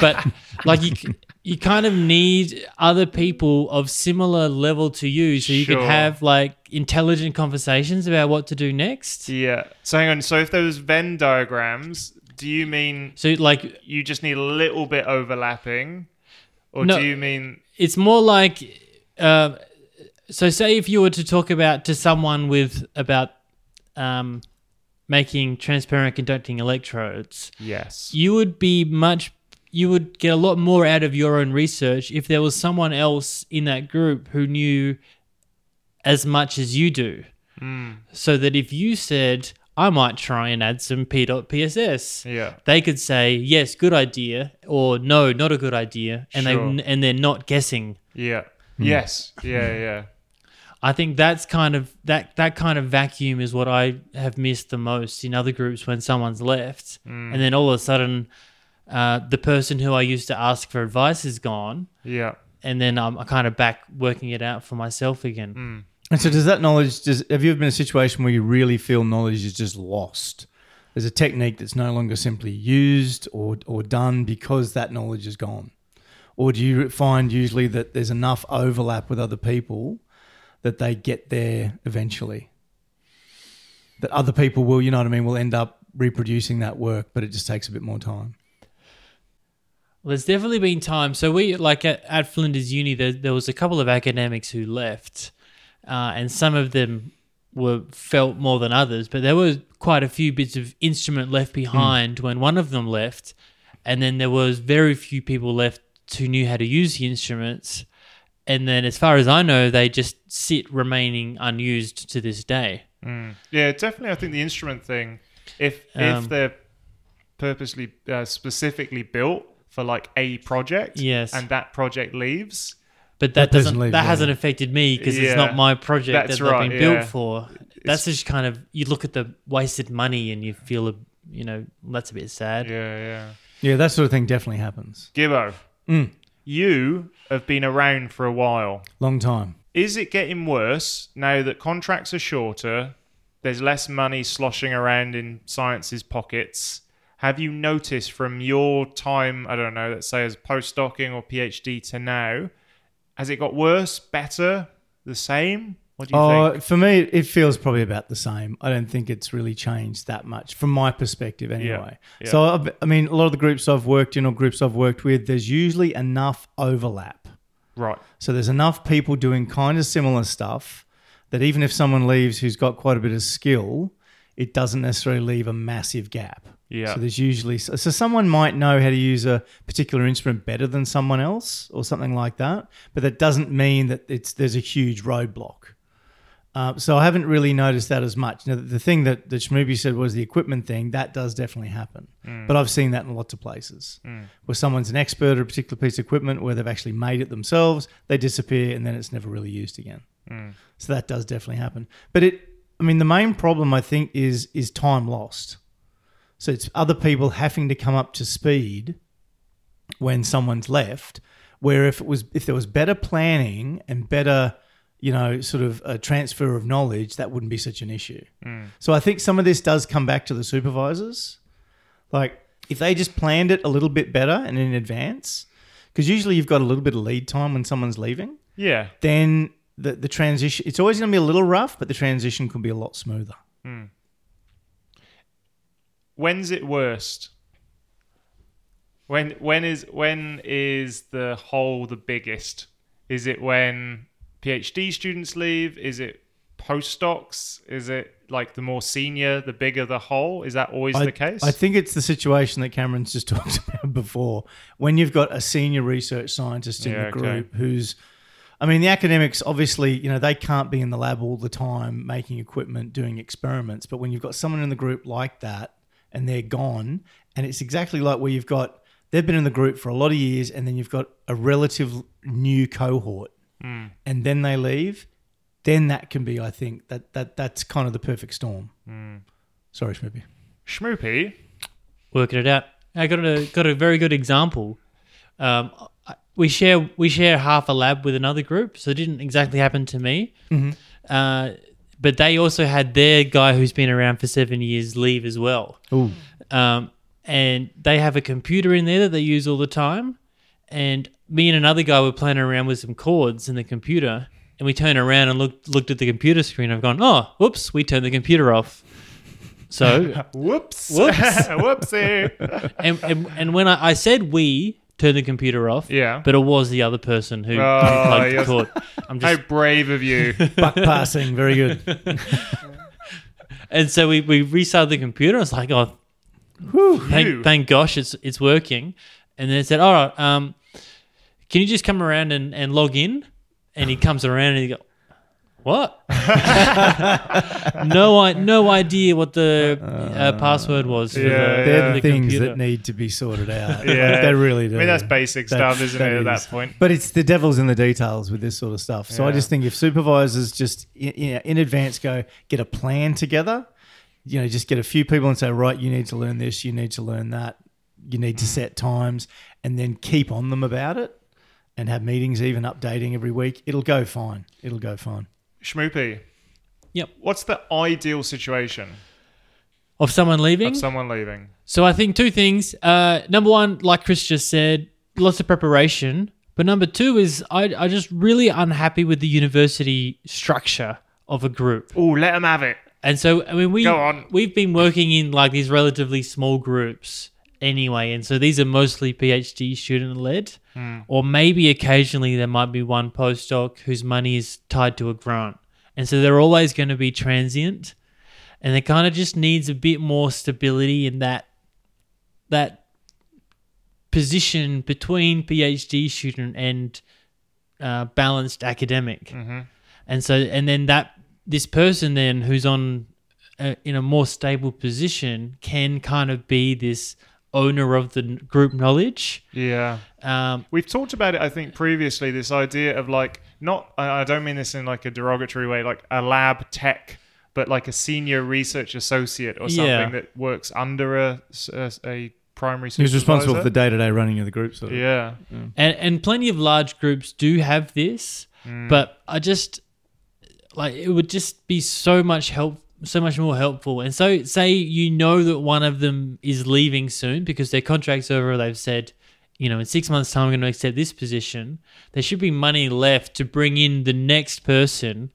But like you c- you kind of need other people of similar level to you so you
Sure.
can have like intelligent conversations about what to do next.
Yeah. So hang on. So if those Venn diagrams, do you mean
So like
you just need a little bit overlapping, or
No.
do you mean
it's more like uh, so say if you were to talk about to someone with about um, making transparent conducting electrodes
yes?
you would be much you would get a lot more out of your own research if there was someone else in that group who knew as much as you do so that if you said i might try and add some p.pss
Yeah.
they could say yes good idea or no not a good idea and
Sure.
they and they're not guessing
Yeah. Yes. Yeah. Yeah.
I think that's kind of that that kind of vacuum is what I have missed the most in other groups when someone's left, and then all of a sudden, uh, the person who I used to ask for advice is gone,
Yeah.
and then I'm kind of back working it out for myself again.
And so, does that knowledge? Does have you ever been in a situation where you really feel knowledge is just lost? There's a technique that's no longer simply used or or done because that knowledge is gone, or do you find usually that there's enough overlap with other people that they get there eventually? That other people will, you know what I mean, will end up reproducing that work, but it just takes a bit more time.
Well, there's definitely been times. So we like at, at Flinders Uni, there, there was a couple of academics who left, uh, and some of them were felt more than others. But there were quite a few bits of instrument left behind when one of them left, and then there was very few people left who knew how to use the instruments. And then, as far as I know, they just sit remaining unused to this day.
Yeah, definitely. I think the instrument thing, if
Um,
if they're purposely uh, specifically built for like a project,
Yes.
and that project leaves,
But that
person
doesn't
leaves,
that
yeah.
hasn't affected me because
Yeah.
it's not my project
That's
that they've
right,
been
yeah.
built for. That's just kind of you look at the wasted money and you feel a, you know that's a bit sad.
yeah, yeah.
Yeah, that sort of thing definitely happens.
Gibbo, you have been around for a while.
Long time.
Is it getting worse now that contracts are shorter? There's less money sloshing around in science's pockets. Have you noticed from your time, I don't know, let's say as postdocing or PhD to now, has it got worse, better, the same? What do you
Oh,
think?
for me, it feels probably about the same. I don't think it's really changed that much from my perspective, anyway.
yeah.
So, I, I mean, a lot of the groups I've worked in or groups I've worked with, there's usually enough overlap.
Right.
So there's enough people doing kind of similar stuff that even if someone leaves who's got quite a bit of skill, it doesn't necessarily leave a massive gap.
Yeah.
So there's usually so someone might know how to use a particular instrument better than someone else or something like that, but that doesn't mean that it's there's a huge roadblock. Uh, so I haven't really noticed that as much. Now the- the thing that that Shmubi said was the equipment thing that does definitely happen, but I've seen that in lots of places where someone's an expert at a particular piece of equipment where they've actually made it themselves, they disappear, and then it's never really used again. So that does definitely happen. But it, I mean, the main problem I think is is time lost. So it's other people having to come up to speed when someone's left. Where if it was if there was better planning and better, you know, sort of a transfer of knowledge, that wouldn't be such an issue. So I think some of this does come back to the supervisors. Like if they just planned it a little bit better and in advance, because usually you've got a little bit of lead time when someone's leaving
Yeah.
then the, the transition it's always going to be a little rough but the transition could be a lot smoother
When's it worst? When when is when is the hole the biggest? Is it when PhD students leave? Is it postdocs? Is it like the more senior, the bigger the hole? Is that always
I,
the case?
I think it's the situation that Cameron's just talked about before. When you've got a senior research scientist in
Yeah,
the
okay.
group who's, I mean, the academics obviously, you know, they can't be in the lab all the time making equipment, doing experiments. But when you've got someone in the group like that and they're gone, and it's exactly like where you've got, they've been in the group for a lot of years and then you've got a relative new cohort
Hmm.
and then they leave. Then that can be, I think, that that that's kind of the perfect storm.
Hmm.
Sorry, Smithy.
Schmoopy.
working it out. I got a got a very good example. Um, I- we share we share half a lab with another group, so it didn't exactly happen to me. Uh, but they also had their guy who's been around for seven years leave as well.
Ooh.
Um, and they have a computer in there that they use all the time. And me and another guy were playing around with some chords in the computer, and we turned around and looked looked at the computer screen. I've gone, oh, whoops, we turned the computer off. So
Whoops.
Whoops.
Whoopsie.
and, and, and when I, I said we turn the computer off,
Yeah.
but it was the other person who
Oh,
unplugged
yes.
the cord. I'm
How
just,
brave of you.
Buck passing, very good.
and so we, we restarted the computer. I was like, oh,
You.
thank, thank gosh, it's it's working. And then it said, all right, um, can you just come around and, and log in? And he comes around and he goes, what? no, I no idea what the uh, password was. for the-
Yeah,
They're the
the
things
computer.
that need to be sorted out.
Yeah.
Like, they really do.
I mean, that's basic
That-
stuff, isn't it, at
is.
that point?
But it's the devil's in the details with this sort of stuff. So I
Yeah.
just think if supervisors just y- you know, in advance go get a plan together, you know, just get a few people and say, right, you need to learn this, you need to learn that, you need
Mm.
to set times, and then keep on them about it, and have meetings, even updating every week. It'll go fine. It'll go fine.
Schmoopy.
Yep.
What's the ideal situation
of someone leaving.
of someone leaving?
So I think two things. Uh, number one, like Chris just said, lots of preparation. But number two is I, I just really unhappy with the university structure of a group.
Oh, let them have it.
And so I mean we
Go on.
we've been working in like these relatively small groups anyway, and so these are mostly PhD student led,
Hmm.
or maybe occasionally there might be one postdoc whose money is tied to a grant, and so they're always going to be transient, and it kind of just needs a bit more stability in that that position between PhD student and uh, balanced academic
Hmm.
and so and then that this person then who's on a, in a more stable position can kind of be this owner of the n- group knowledge
Yeah.
um
We've talked about it, I think, previously. This idea of like not, I I don't mean this in like a derogatory way, like a lab tech, but like a senior research associate or something
Yeah.
that works under a, a, a primary.
Who's responsible for the day
supervisor.
to day running of the group? Sort of.
Yeah.
and and plenty of large groups do have this but i just like it would just be so much help so much more helpful and so say you know that one of them is leaving soon because their contract's over they've said you know in six months time i'm going to accept this position there should be money left to bring in the next person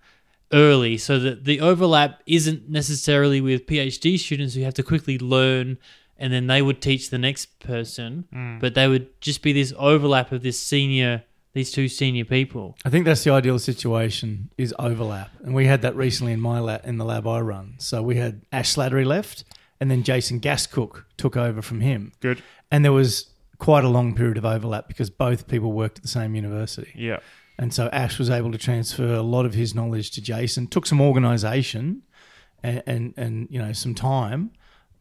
early so that the overlap isn't necessarily with phd students who have to quickly learn and then they would teach the next person but they would just be this overlap of this senior these two senior people
I think that's the ideal situation is overlap, and we had that recently in my lab in the lab I run. So we had Ash Slattery left, and then Jason Gascook took over from him,
Good.
and there was quite a long period of overlap because both people worked at the same university,
Yeah.
and so Ash was able to transfer a lot of his knowledge to Jason. Took some organisation, and, and and you know some time,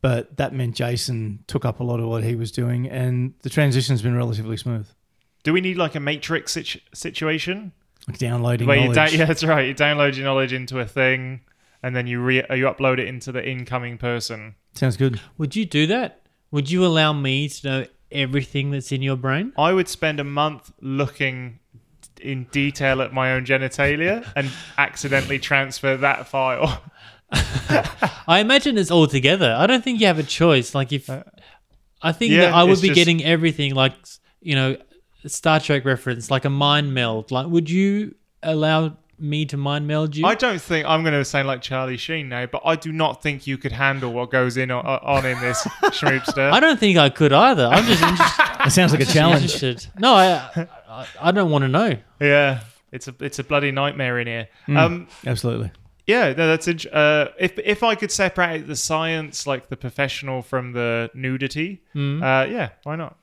but that meant Jason took up a lot of what he was doing, and the transition's been relatively smooth.
Do we need like a matrix situ- situation
Like downloading
where you
knowledge.
da- yeah, that's right. You download your knowledge into a thing, and then you re- you upload it into the incoming person.
Sounds good.
would you do that would you allow me to know everything that's in your brain
I would spend a month looking in detail at my own genitalia and accidentally transfer that file.
i imagine it's all together i don't think you have a choice like if i think
Uh, yeah,
that i
it's
would be
just-
getting everything like you know star trek reference like a mind meld like would you allow me to mind meld you
I don't think I'm going to sound like Charlie Sheen now, but I do not think you could handle what goes in on, on in this schmoopster.
I don't think i could either i'm just interested,
It sounds like a challenge.
interested. no I, I i don't want to know Hmm.
yeah, it's a it's a bloody nightmare in here. Um,
Absolutely.
Yeah, no, that's int- uh, if if I could separate the science, like the professional, from the nudity, uh, yeah, why not? But at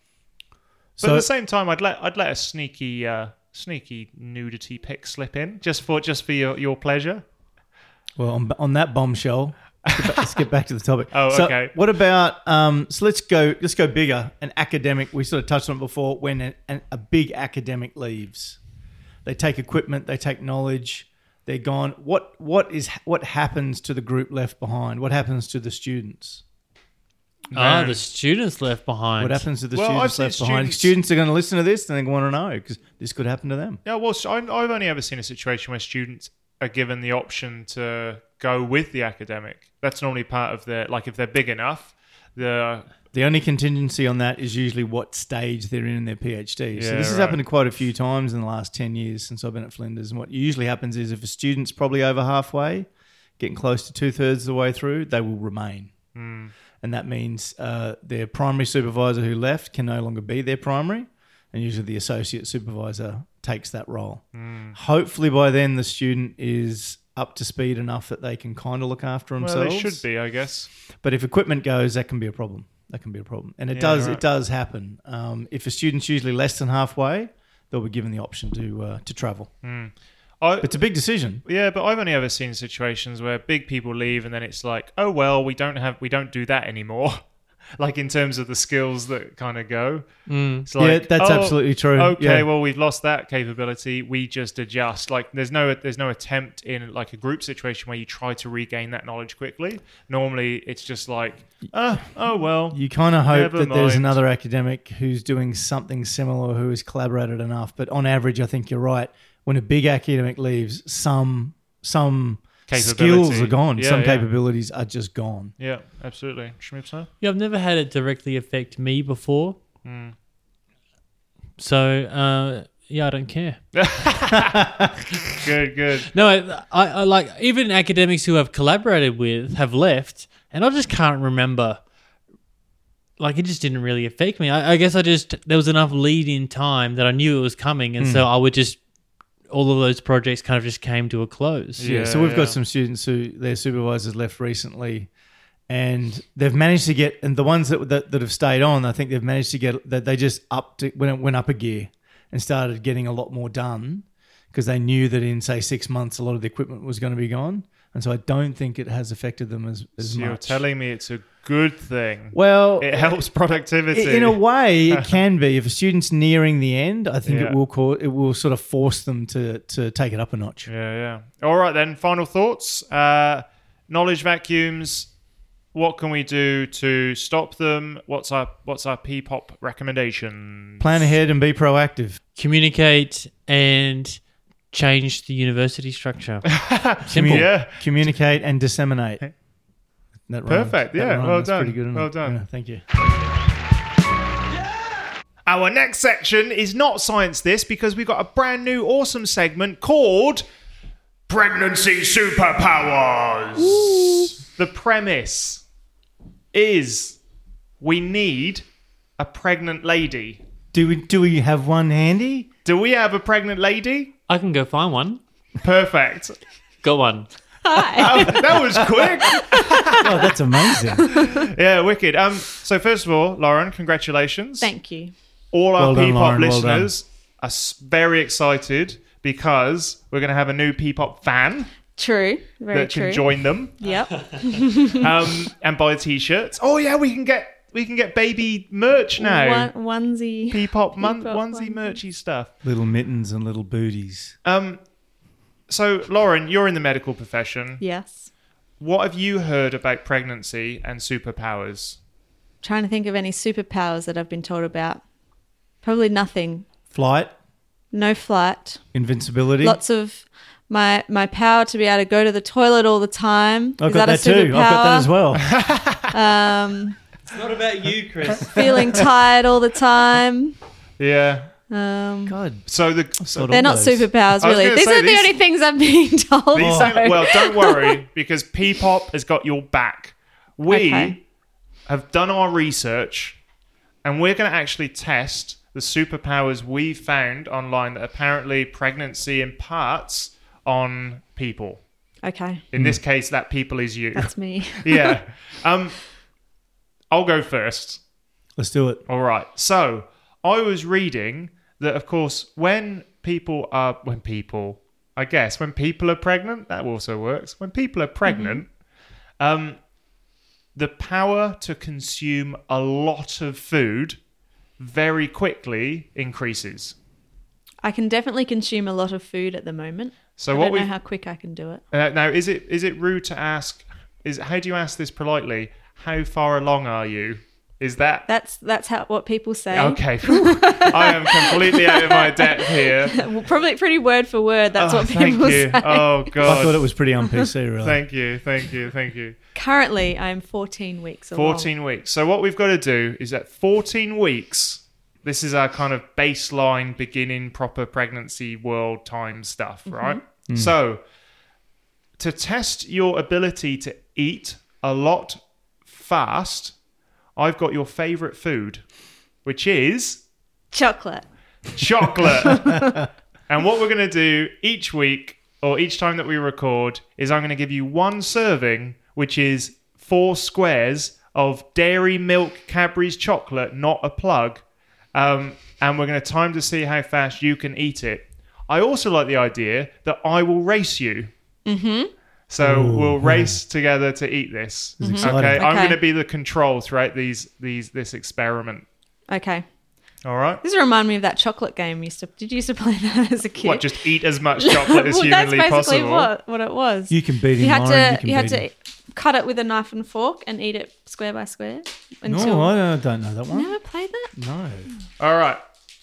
Mm. So
the same time, I'd let I'd let a sneaky uh, sneaky nudity pick slip in just for just for your, your pleasure.
well, on, on that bombshell, let's get back- let's get back to the topic.
Oh,
So
okay.
What about um? So let's go. Let's go bigger. An academic. We sort of touched on it before. When an, an, a big academic leaves, they take equipment. They take knowledge. They're gone. What what is what happens to the group left behind? What happens to the students?
Ah,
No.
the students left behind.
What happens to the
Well, I've
students
seen
left behind?
students-
Students are going to listen to this and they want to know because this could happen to them.
Yeah, well, s- I'm- I've only ever seen a situation where students are given the option to go with the academic. That's normally part of their like if they're big enough, the
The only contingency on that is usually what stage they're in in their PhD. so
Yeah,
this has
right.
happened quite a few times in the last 10 years since I've been at Flinders. And what usually happens is if a student's probably over halfway, getting close to two thirds of the way through, they will remain.
Hmm.
And that means uh, their primary supervisor who left can no longer be their primary. And usually the associate supervisor takes that role.
Hmm.
Hopefully by then the student is up to speed enough that they can kind of look after
well,
themselves.
they should be, I guess.
But if equipment goes, that can be a problem. That can be a problem, and it
Yeah,
does.
right.
It does happen. Um, if a student's usually less than halfway, they'll be given the option to uh, to travel.
I,
But it's a big decision.
Yeah, but I've only ever seen situations where big people leave and then it's like, oh well, we don't have we don't do that anymore. like in terms of the skills that kind of go. It's like,
Mm. yeah, that's
"Oh,
absolutely true.
Okay,
Yeah.
well we've lost that capability. We just adjust. Like there's no there's no attempt in like a group situation where you try to regain that knowledge quickly. Normally it's just like, oh, oh well.
you kind of hope
Never
that there's
mind.
another academic who's doing something similar who has collaborated enough. But on average, I think you're right. When a big academic leaves, some some skills
Capability.
are gone.
Yeah,
some
yeah.
capabilities are just gone.
yeah, absolutely. Shmipsa?
Yeah, I've never had it directly affect me before. So uh, yeah, I don't care.
Good, good.
No, I, I, I like even academics who I've collaborated with have left, and I just can't remember. Like it just didn't really affect me. I, I guess I just there was enough lead in time that I knew it was coming, and so I would just all of those projects kind of just came to a close.
Yeah. So we've
yeah.
got some students who their supervisors left recently, and they've managed to get and the ones that that, that have stayed on, I think they've managed to get that they just upped it, went went up a gear and started getting a lot more done because they knew that in say six months a lot of the equipment was going to be gone, and so I don't think it has affected them as as
So
much.
you're telling me it's a good thing.
well,
it helps productivity.
in a way, it can be. If a student's nearing the end, I think
Yeah.
it will cause, it will sort of force them to to take it up a notch.
Yeah, yeah. All right, then. Final thoughts. Uh, knowledge vacuums. What can we do to stop them? What's our What's our P-pop recommendation?
Plan ahead and be proactive.
Communicate and change the university structure. Simple.
Yeah.
communicate and disseminate. That rhymed.
Perfect.
That
Yeah,
rhymed.
well
That's
done.
Pretty good, isn't
Well
it?
done.
Yeah, thank you.
Our next section is not science. This because we've got a brand new awesome segment called
Pregnancy superpowers.
the premise is we need a pregnant lady.
Do we do we have one handy?
Do we have a pregnant lady?
I can go find one.
Perfect.
Got one.
Oh, that was quick.
Oh, that's amazing.
Yeah, wicked. Um, so first of all, Lauren, congratulations.
Thank you.
all our
Well done,
P-pop
Lauren, well done.
listeners are s- very excited because we're going to have a new P-pop fan
True. Very
that
true.
can join them
Yep.
um, and buy t-shirts. Oh yeah, we can get we can get baby merch now.
One, onesie.
P-pop, mon-
P-pop
onesie
onesie.
merchy stuff.
little mittens and little booties.
Um, so Lauren, you're in the medical profession.
Yes.
What have you heard about pregnancy and superpowers?
Trying to think of any superpowers that I've been told about. Probably nothing.
Flight,
No flight.
invincibility.
Lots of my my power to be able to go to the toilet all the time.
I've
Is
got
that,
that,
a
too. I've
superpower?
got that as well.
Um,
Not about you, Chris.
feeling tired all the time.
Yeah.
Um,
God,
So the so,
got
they're
all
not
those.
superpowers,
I was
really.
gonna
These
say,
are the
these-
only things I'm being told.
These
so-
things- Oh. well, don't worry because P-pop has got your back. We
Okay.
have done our research, and we're going to actually test the superpowers we found online that apparently pregnancy imparts on people.
Okay,
In this case, that people is you.
Hmm. that's me.
yeah. Um, I'll go first.
Let's do it.
All right. So I was reading that, of course, when people are, when people, I guess, when people are pregnant, that also works. When people are pregnant, um, the power to consume a lot of food very quickly increases.
I can definitely consume a lot of food at the moment.
So
I
what
don't
we
know how quick I can do it.
uh, now is it is it rude to ask? Is how do you ask this politely? How far along are you? Is that
That's that's how what people say.
Okay, I am completely out of my depth here.
Well, probably pretty word for word. That's
Oh,
what
thank
people
you.
say.
Oh
I thought
god.
it was pretty on PC, really.
Thank you, thank you, thank you.
Currently, I'm 14 weeks along.
14 weeks. So what we've got to do is at 14 weeks, this is our kind of baseline beginning proper pregnancy world time stuff, right? So to test your ability to eat a lot fast, I've got your favorite food, which is
Chocolate.
chocolate. and what we're going to do each week or each time that we record is I'm going to give you one serving, which is four squares of dairy milk Cadbury's chocolate, not a plug. Um, and we're going to time to see how fast you can eat it. I also like the idea that I will race you. Mm-hmm. So we'll race together to eat this. Okay,
exciting.
I'm
Okay.
going to be the control throughout these these this experiment.
Okay.
All right.
This reminds me of that chocolate game. You used to, did you used to play that as a kid?
What, just eat as much chocolate as
well, that's
humanly
basically
possible?
what what it was.
You can beat him.
You had
Lauren.
to
can
you had
beat
to
him.
cut it with a knife and fork and eat it square by square until.
No, I don't know that one.
Never played that.
No.
All right.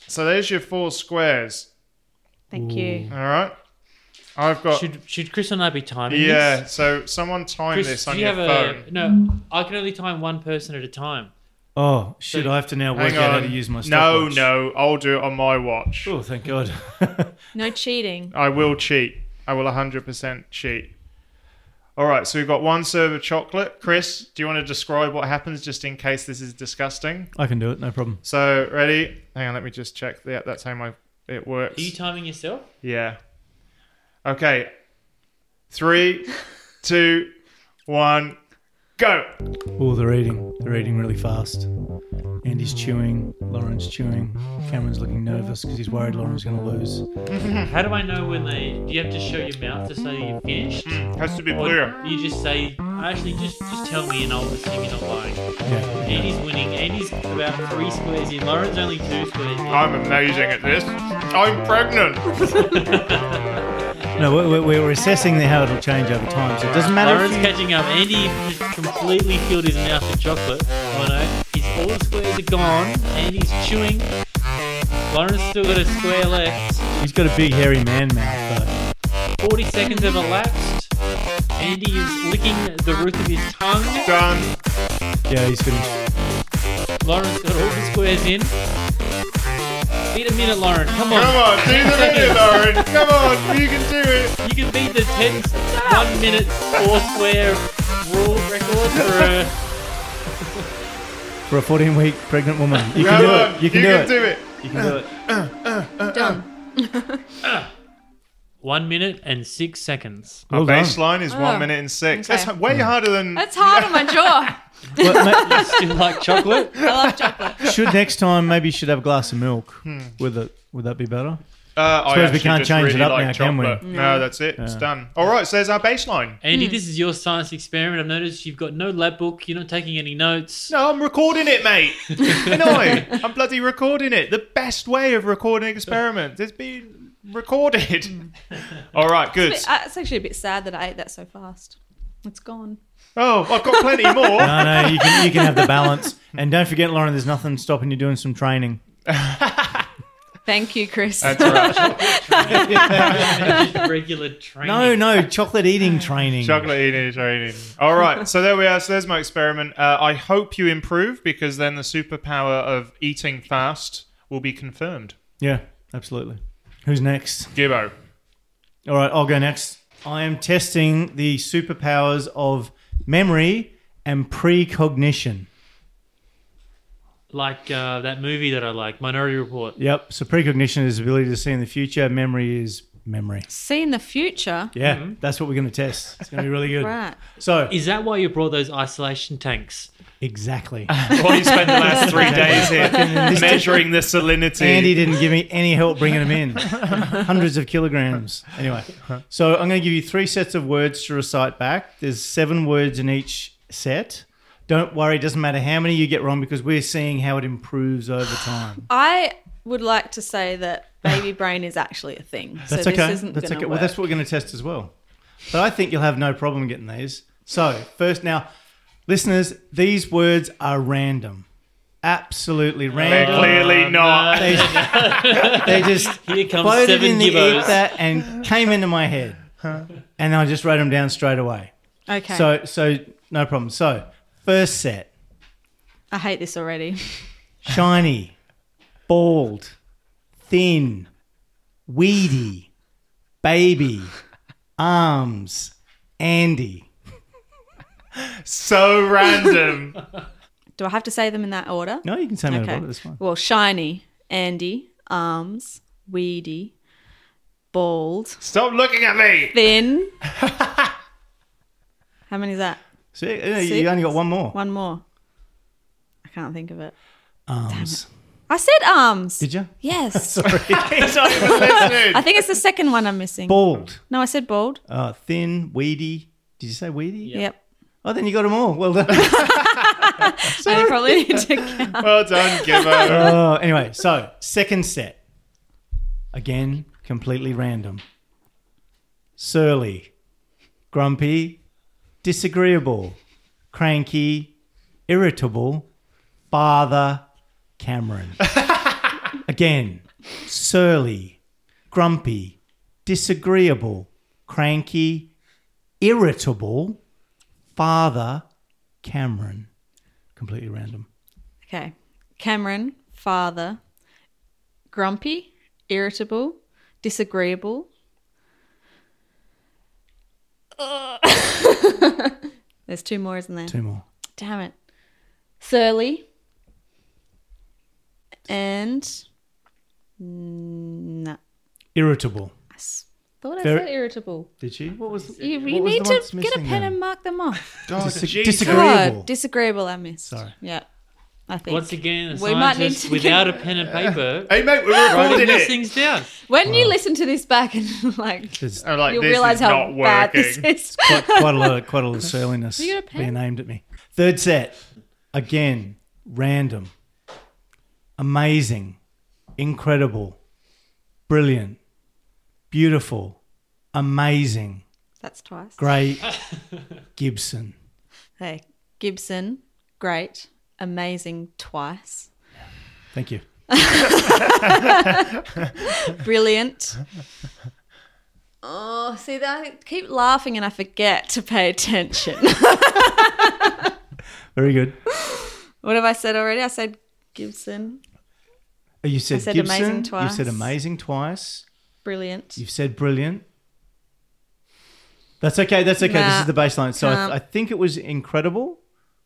So there's your four squares.
Thank you.
All right. I've got.
Should should Chris and I be timing this?
yeah. So someone time
Chris,
this
do
on
you
your
have
phone.
a no? I can only time one person at a time.
Oh shit! I have to now work
Hang
out how
on.
to use my
no,
stopwatch.
no. I'll do it on my watch.
Oh, thank God.
No cheating.
I will cheat. I will 100% cheat. All right. So we've got one serve of chocolate. Chris, do you want to describe what happens just in case this is disgusting?
I can do it. No problem.
So ready? Hang on. Let me just check. Yeah, that's how my it works.
Are you timing yourself?
Yeah. Okay. Three, two, one, go.
Oh, they're eating. They're eating really fast. Andy's chewing. Lauren's chewing. Cameron's looking nervous because he's worried Lauren's going to lose.
How do I know when they? Do you have to show your mouth to say you finished?
Has to be
Or
Hmm, clear.
you just say, actually, just just tell me and I'll assume you're not lying.
Yeah.
Andy's winning. Andy's about three squares in. Lauren's only two squares in.
I'm amazing at this. I'm pregnant.
No, we're, we're, we're assessing how it'll change over time. So it doesn't matter.
Lauren's
If you,
catching up. Andy just completely filled his mouth with chocolate. Oh no. His all the squares are gone. Andy's chewing. Lauren's still got a square left.
he's got a big hairy man mouth.
40 seconds have elapsed. Andy is licking the roof of his tongue.
Done.
Though. Yeah, he's finished.
Lauren's got all the squares in. Beat a minute, Lauren. Come on.
Come on, do the video,
Seconds.
Lauren. Come on, you can do it.
You can beat the 10 one minute four square rule record for uh, a.
For a 14 week pregnant woman, you can
Come
do
on,
it. You can do it.
do it.
You can do it.
Uh-uh.
Done.
One minute and six seconds.
Well
Our
done.
baseline is one
Oh,
minute and six.
okay.
That's way harder than.
That's hard on my jaw.
Well, ma-
Still like chocolate?
I love chocolate.
should next time maybe you should have a glass of milk
Hmm.
with it. Would that be better?
Uh, I
Suppose we
actually
can't
just
change
really
it up
like
now, can we?
chocolate. No, that's it. It's
Yeah.
done. All right, so there's our baseline.
Andy, this is your science experiment. I've noticed you've got no lab book. You're not taking any notes.
No, I'm recording it, mate. and I, I'm bloody recording it. The best way of recording experiments. It's been recorded. All right, good.
It's, a bit- uh, it's actually a bit sad that I ate that so fast. It's gone.
Oh, I've got plenty more.
No, no, you can you can have the balance. And don't forget, Lauren, there's nothing stopping you doing some training.
Thank you, Chris.
That's right.
Just regular training.
No, no, chocolate eating training.
Chocolate eating is training. All right, so there we are. So there's my experiment. Uh, I hope you improve because then the superpower of eating fast will be confirmed.
Yeah, absolutely. Who's next?
Gibbo.
All right, I'll go next. I am testing the superpowers of memory and precognition.
Like uh, that movie that I like, Minority Report.
Yep. So precognition is ability to see in the future. Memory is memory.
See in the future.
Yeah, that's what we're going to test. It's going to be really good.
Right.
So
Is that why you brought those isolation tanks?
exactly.
Well, you spent the last three days here measuring the salinity.
Andy didn't give me any help bringing them in. Hundreds of kilograms. Anyway, so I'm going to give you three sets of words to recite back. There's seven words in each set. Don't worry, it doesn't matter how many you get wrong because we're seeing how it improves over time.
I would like to say that baby brain is actually a thing.
That's
so
okay.
this isn't
that's
going
okay.
to
Well,
work.
that's what we're going to test as well. But I think you'll have no problem getting these. So, first, now, listeners, these words are random. Absolutely
They're
random.
clearly not.
They, they just
Here comes
floated
seven
in the
gibbos.
ether and came into my head, and I just wrote them down straight away.
okay.
So, so no problem. So, first set:
I hate this already.
shiny, bald, thin, weedy, baby, arms, Andy.
So random.
Do I have to say them in that order?
No, you can say me
Okay.
about this fine.
Well, shiny, Andy, arms, weedy, bald,
Stop looking at me.
thin. How many is that?
See, uh, you
Six.
only got one more.
One more. I can't think of it.
Arms.
I said arms.
Um, Did you?
Yes.
He's not even listening.
I think it's the second one I'm missing.
Bald,
No, I said bald.
uh, thin, weedy. Did you say weedy? Yeah.
Yep.
Oh, then you got them all. Well done.
I probably need to count.
Well done, Gibbo.
Oh, anyway, so second set. Again, completely random. Surly, grumpy, disagreeable, cranky, irritable, father, Cameron. Again, surly, grumpy, disagreeable, cranky, irritable, father, Cameron. Completely random.
Okay. Cameron, father, grumpy, irritable, disagreeable. Ugh. There's two more, isn't there?
Two more.
Damn it. Surly. And. No.
Irritable.
I s- thought I
Very-
said irritable.
Did she? What was?
You,
what
you
was
need
the
to
ones
get a
missing
pen
then?
and mark them off.
Disa-
Jesus.
disagreeable.
God, disagreeable, I missed.
Sorry.
Yeah. I think.
Once again, a
We might need
scientist
to-
without a pen and paper
Hey mate, we're
writing
recording
these
it.
things down.
when you listen to this back and like
There's
I'm like,
you'll
this
realize
is
how
not
bad this
working.
is.
quite, quite a lot of quite a lot of surliness
You got a pen?
being aimed at me. Third set, again, random, amazing, incredible, brilliant, beautiful, amazing,
That's twice.
great, Gibson.
Hey, Gibson, great, amazing, twice,
Thank you.
brilliant. Oh, see, that- I keep laughing and I forget to pay attention.
Very good.
what have I said already? I said Gibson,
You said,
said
Gibson.
amazing
You
twice.
said amazing twice.
brilliant.
You've said brilliant. That's okay. That's okay. This
Nah,
is the baseline. So I,
can't. Mm-hmm.
I think it was incredible.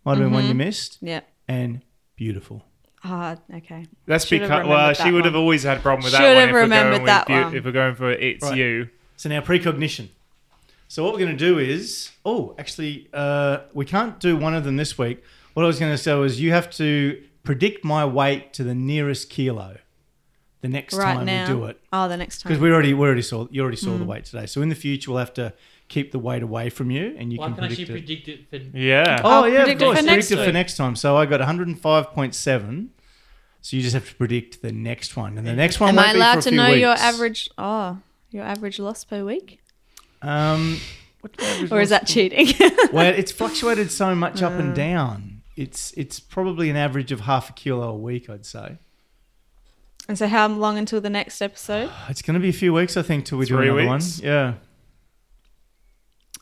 Might have been one you missed.
yeah.
and beautiful.
Ah, okay.
Let's be
Should have
cut. Well,
remembered
she
that
would have
one.
always had a problem with that
Should
one.
have
if we're
remembered
going with
that
beau-
one.
If we're going for it's
Right.
you.
So now precognition. So what we're going to do is, oh, actually, uh, we can't do one of them this week. What I was going to say was you have to predict my weight to the nearest kilo the next
Right
time
now. Mm.
we do it.
Oh, the next
Because
time.
we already we already saw you already saw the weight today. So in the future we'll have to keep the weight away from you and you
Well, I
can,
can actually
predict it.
predict it for
Yeah.
Oh,
I'll
yeah,
predict
of
it
course.
for
predict
next
it for
week.
next time. So I got 105.7. So you just have to predict the next one, and the next one.
Am
won't
I
be for
allowed
a
to
few
know your
weeks.
average? Oh, your average loss per week,
Um, what average
or is
was
that cheating?
well, it's fluctuated so much up
Uh.
and down. It's it's probably an average of half a kilo a week, I'd say.
and so, how long until the next episode?
It's going to be a few weeks, I think, till we do
Three
another
weeks?
one. Yeah,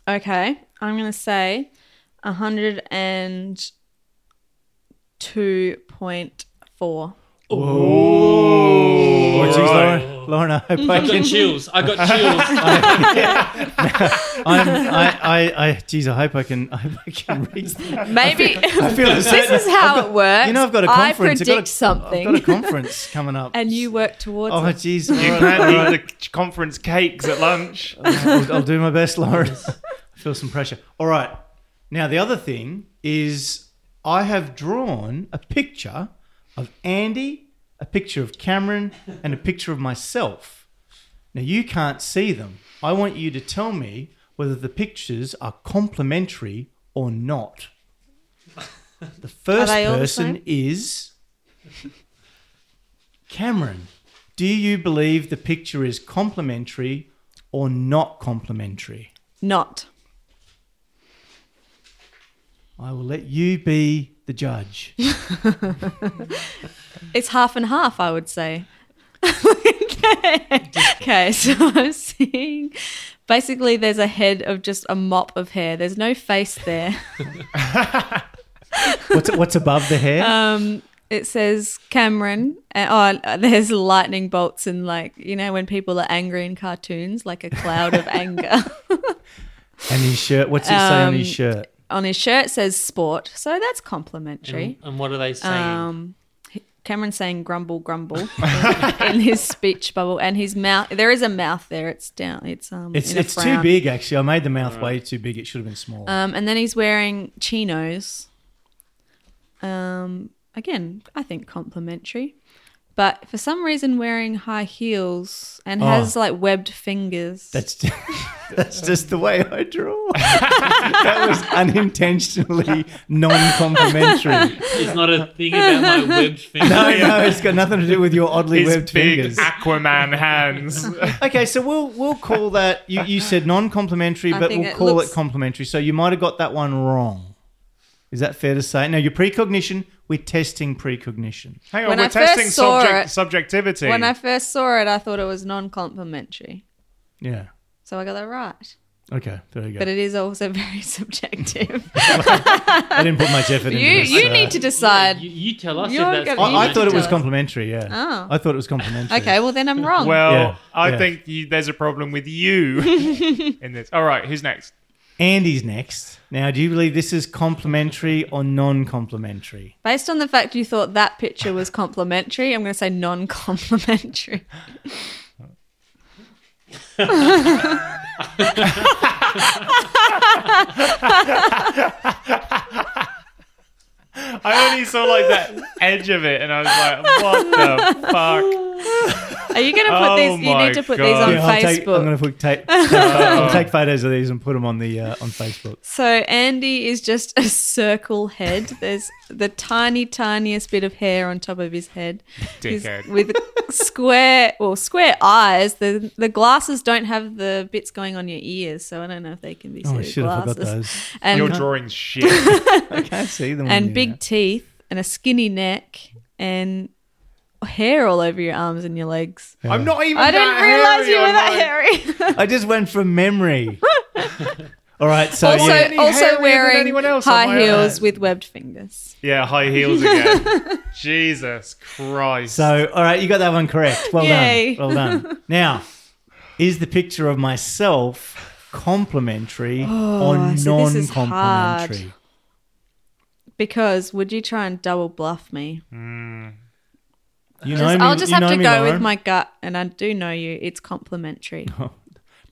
Okay, I'm gonna say a hundred and two point four.
What's yours,
Right.
Oh, Laura?
Lorna.
Lauren, I hope I
I got
can.
chills. I got chills.
I'm, I, I, I, geez, I hope I can. I hope I can reach. that.
Maybe
I feel a
this
certain-
is how it works.
You know, I've got a
I
conference.
predict
I've got a,
something,
I've got a conference coming up.
and you work towards
Oh,
it.
geez.
You can eat the conference cakes at lunch.
I'll, I'll do my best, Lauren. I feel some pressure. All right. Now, the other thing is I have drawn a picture of Andy, a picture of Cameron, and a picture of myself. Now, you can't see them. I want you to tell me whether the pictures are complementary or not. The first
they all the
person
same?
is Cameron. Do you believe the picture is complementary or not complimentary?
Not.
I will let you be the judge.
It's half and half, I would say. okay, so I'm seeing basically there's a head of just a mop of hair. There's no face there.
What's what's above the hair?
Um, it says Cameron. And, oh, there's lightning bolts and like you know when people are angry in cartoons, like a cloud of anger.
and his shirt. What's it say on his
um,
shirt?
On his shirt says sport, so that's complimentary.
and, and what are they
Mm,
saying?
Um, Cameron's saying grumble, grumble in his speech bubble, and his mouth. There is a mouth there. It's down. It's um.
It's
in a
it's too
frown.
big. Actually, I made the mouth way too big. It should have been smaller.
Um, and then he's wearing chinos. Um, again, I think complimentary, but for some reason wearing high heels and
Oh.
has like webbed fingers.
that's that's just the way I draw. that was unintentionally non-complimentary.
it's not a thing about my webbed finger.
No, no, it's got nothing to do with your oddly
His big
webbed fingers.
Aquaman hands.
Okay, so we'll we'll call that. You you said non-complimentary,
I
but
think
we'll
it
call
looks-
it complimentary. So you might have got that one wrong. Is that fair to say? Now your precognition. We're testing precognition.
Hang on,
When
we're
I first
testing
saw
subject,
it-
subjectivity.
When I first saw it, I thought it was non-complimentary,
Yeah.
so I got that right.
Okay. There you go.
But it is also very subjective.
I didn't put much effort
you
into this.
you
uh,
need to decide.
You, you tell us if
You're
that's.
gonna-
what you
I, I
need
meant.
thought it
to
was
tell us.
complimentary. Yeah.
Oh.
I thought it was complimentary.
Okay, well then I'm wrong.
well,
Yeah,
I
yeah.
think you, there's a problem with you in this. All right, who's next?
Andy's next. Now, do you believe this is complimentary or non-complimentary?
Based on the fact you thought that picture was complimentary, I'm going to say non-complimentary.
I only saw like that edge of it, and I was like, "What the fuck?"
Are you going to put
Oh
these? You
my
need to put
God.
these on
Yeah,
I'll take, I'm
Facebook.
going to put, take, take, photos- I'll take photos of these and put them on the uh, on Facebook.
So Andy is just a circle head. There's the tiny, tiniest bit of hair on top of his head. He's
Dickhead.
with square, well, square eyes. The the glasses don't have the bits going on your ears, so I don't know if they can be.
Oh, I
considered
should have forgot
glasses.
those.
And
You're drawing shit.
I can't see them. on the
and big
internet.
teeth and a skinny neck and hair all over your arms and your legs.
I'm not even.
I didn't
that hairy,
realize you were
I'm
that
like-
hairy.
I just went from memory. All right, so
also,
yeah,
any hairier
also
than
wearing
anyone else on
high
my
heels
own.
with webbed fingers.
Yeah, high heels again. Jesus Christ.
So, all right, you got that one correct. Well
Yay.
done. Well done. Now, is the picture of myself complimentary or
so Oh, this
non
is hard.
complimentary?
Because would you try and double bluff me?
You
Just-
know me,
I'll just
you
have
know
to
me,
go
Lauren.
with my gut, and I do know you. It's complimentary.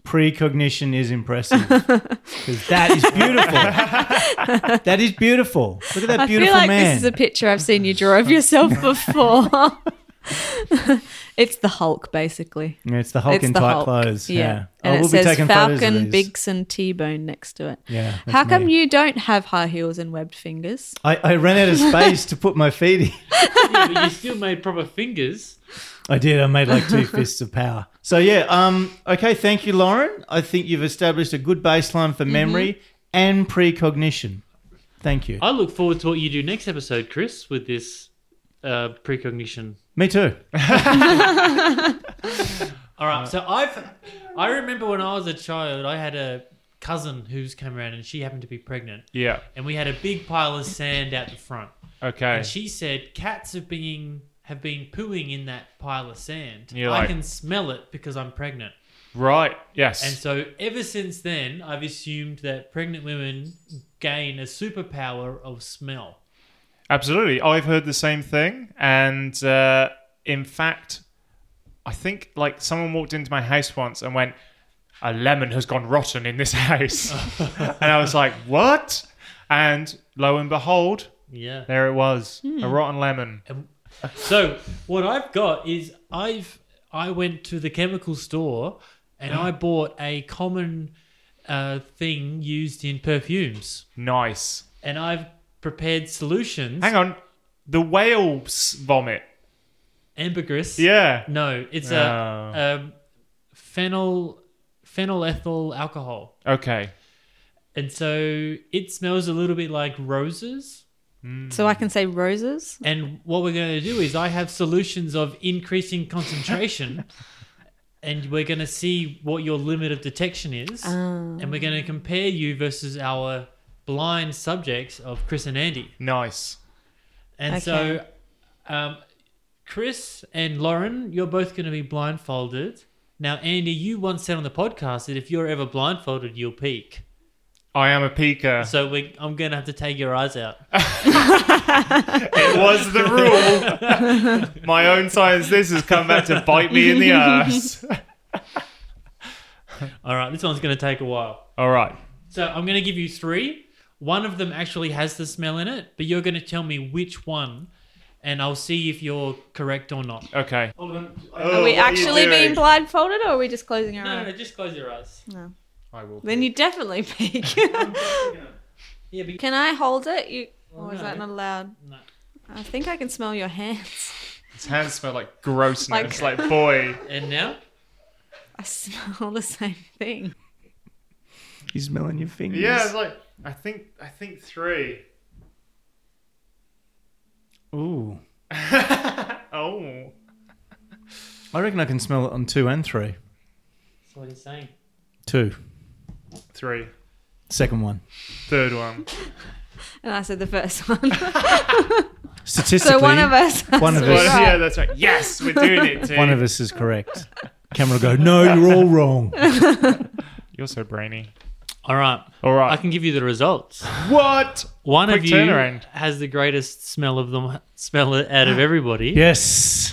precognition is impressive. 'Cause that is beautiful. that is beautiful. Look at that
I feel
beautiful
like
man.
this is a picture I've seen you draw of yourself before. it's the Hulk, basically.
yeah, it's the Hulk
it's
in
the
tight
Hulk.
clothes. Yeah.
And
I
it
will be
says
taking photos
Falcon,
of these.
Bigson, T-Bone next to it.
Yeah, that's
How come
me.
you don't have high heels and webbed fingers?
I, I ran out of space to put my feet in.
Yeah, but you still made proper fingers.
I did. I made like two fists of power. So yeah. Um. Okay. Thank you, Lauren. I think you've established a good baseline
Mm-hmm.
for memory and precognition. Thank you.
I look forward to what you do next episode, Chris, with this uh, precognition.
Me too.
All right. So I've I remember when I was a child, I had a cousin who's came around and she happened to be pregnant,
yeah.
and we had a big pile of sand out the front.
Okay.
And she said cats are being have been pooing in that pile of sand.
You're
I
like-
can smell it because I'm pregnant.
Right. Yes.
And so ever since then, I've assumed that pregnant women gain a superpower of smell.
Absolutely. I've heard the same thing. And uh, in fact, I think like someone walked into my house once and went, a lemon has gone rotten in this house. and I was like, what? And lo and behold,
Yeah.
there it was
Hmm.
a rotten lemon.
So what I've got is I've I went to the chemical store and I bought a common uh, thing used in perfumes,
Nice.
and I've prepared solutions.
Hang on. The whale's vomit.
Ambergris.
Yeah.
No, it's a, um phenyl phenyl ethyl alcohol,
Okay.
and so it smells a little bit like roses.
So I can say roses.
And what we're going to do is I have solutions of increasing concentration, and we're going to see what your limit of detection is,
Um.
and we're going to compare you versus our blind subjects of Chris and Andy.
Nice.
And so, um, Chris and Lauren, you're both going to be blindfolded. Now, Andy, you once said on the podcast that if you're ever blindfolded, you'll peek.
I am a peeker.
So we, I'm going to have to take your eyes out.
It was the rule. My own science. This has come back to bite me in the ass.
All right, this one's going to take a while.
All right.
So I'm going to give you three. One of them actually has the smell in it, but you're going to tell me which one, and I'll see if you're correct or not.
Okay.
Are we actually being blindfolded or are we just closing our
No, no,
eyes?
just close your eyes.
I will.
Then you definitely peek.
Yeah, but
can I hold it? You, or is
no.
that not allowed?
No.
I think I can smell your hands.
His hands smell like grossness.
Like-
Like, boy.
and now
I smell the same thing.
You smelling your fingers?
Yeah. It's like I think. I think three.
Ooh.
Oh.
I reckon I can smell it on two and three.
that's what he's saying.
Two.
Three.
Second one.
Third one.
And I said the first one.
Statistically,
so one of us. has
one of
to
us-
be
Well,
right.
yeah, that's right. Yes, we're doing it. Too.
one of us is correct. Camera go, no, you're all wrong.
You're so brainy.
All right,
All
I
right.
can give you the results.
What?
One
Quick
of you
turnaround.
has the greatest smell of them, smell it out of everybody.
Yes.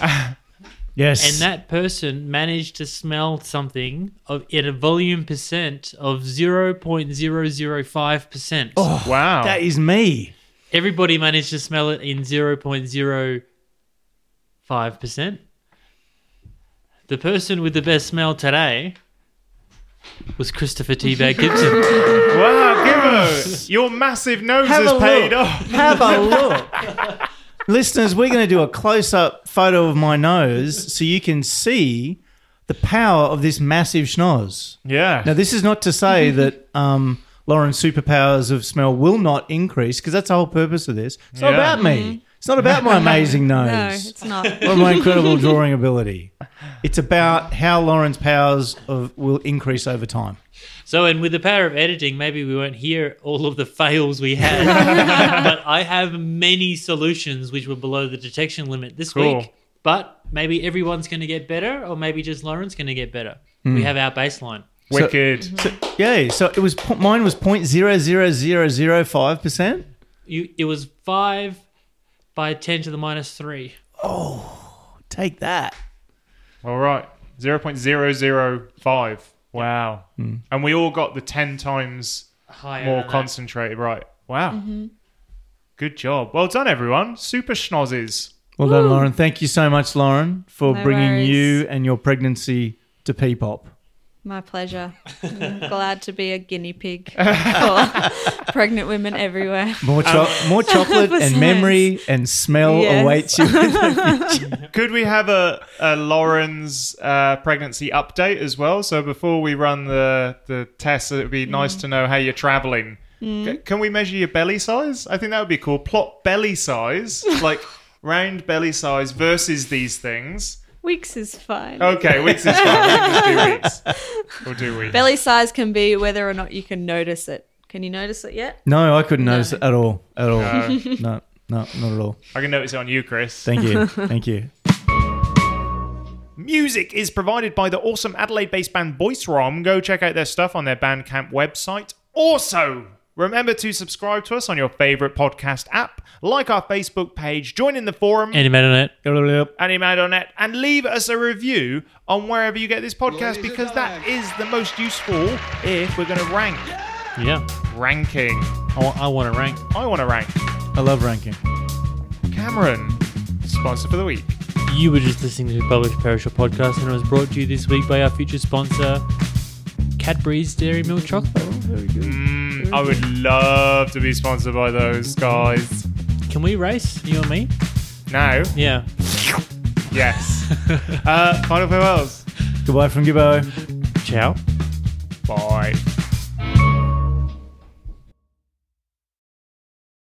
Yes.
And that person managed to smell something of in a volume percent of 0.005%.
Oh. Wow.
that is me.
Everybody managed to smell it in 0.05%. The person with the best smell today was Christopher T-Bag Gibson.
wow, Gibbo. Your massive nose
Have a
has paid
look.
off.
Have a look. Listeners, we're going to do a close up photo of my nose so you can see the power of this massive schnoz.
Yeah.
Now, this is not to say that um, Lauren's superpowers of smell will not increase because that's the whole purpose of this. It's not
Yeah. Mm-hmm.
about me. It's not about my amazing
No,
nose
it's not.
or my incredible drawing ability. It's about how Lauren's powers of, will increase over time.
so, and with the power of editing, maybe we won't hear all of the fails we had. but I have many solutions which were below the detection limit this
Cool.
week. But maybe everyone's going to get better, or maybe just Lauren's going to get better.
Hmm.
We have our baseline.
Wicked.
So, yay! So it was po- mine was point zero zero zero zero five percent.
You, it was five by ten to the minus three.
Take that.
All right. 0.005. Wow.
Hmm.
And we all got the 10 times
Higher
more
than that.
concentrated. Right. Wow.
Mm-hmm.
Good job. Well done, everyone. Super schnozzes.
Well done, Lauren. Thank you so much, Lauren, for
No
bringing
worries.
you and your pregnancy to Peepop.
My pleasure. I'm glad to be a guinea pig for pregnant women everywhere.
More, cho- more chocolate
Besides-
and memory and smell
Yes.
awaits you.
Could we have a, a Lauren's uh, pregnancy update as well? So before we run the, the test, it would
Mm.
be nice to know how you're traveling. C- can we measure your belly size? I think that would be cool. Plot belly size, like round belly size versus these things.
Weeks is fine.
Okay, weeks is fine. We can just do weeks. We'll do weeks.
Belly size can be whether or not you can notice it. Can you notice it yet?
no, I couldn't notice it at all. At all. No. No, not at all.
I can notice it on you, Chris.
Thank you. Thank you.
Music is provided by the awesome Adelaide based band Boyce Rom. Go check out their stuff on their Bandcamp website. Also, remember to subscribe to us on your favorite podcast app, like our Facebook page, join in the forum,
Animate on it.
Animad.net, and leave us a review on wherever you get this podcast because that is the most useful if we're going to rank.
Yeah.
Ranking.
I, wa- I want to rank.
I want to rank.
I love ranking.
Cameron, sponsor for the week.
You were just listening to the Published Perishable Podcast, and it was brought to you this week by our future sponsor, Cadbury's Dairy Milk Chocolate.
Mm, I would love to be sponsored by those guys.
Can we race, you and me?
Now,
Yeah.
yes. Uh, final farewells.
Goodbye from Gibbo.
Ciao.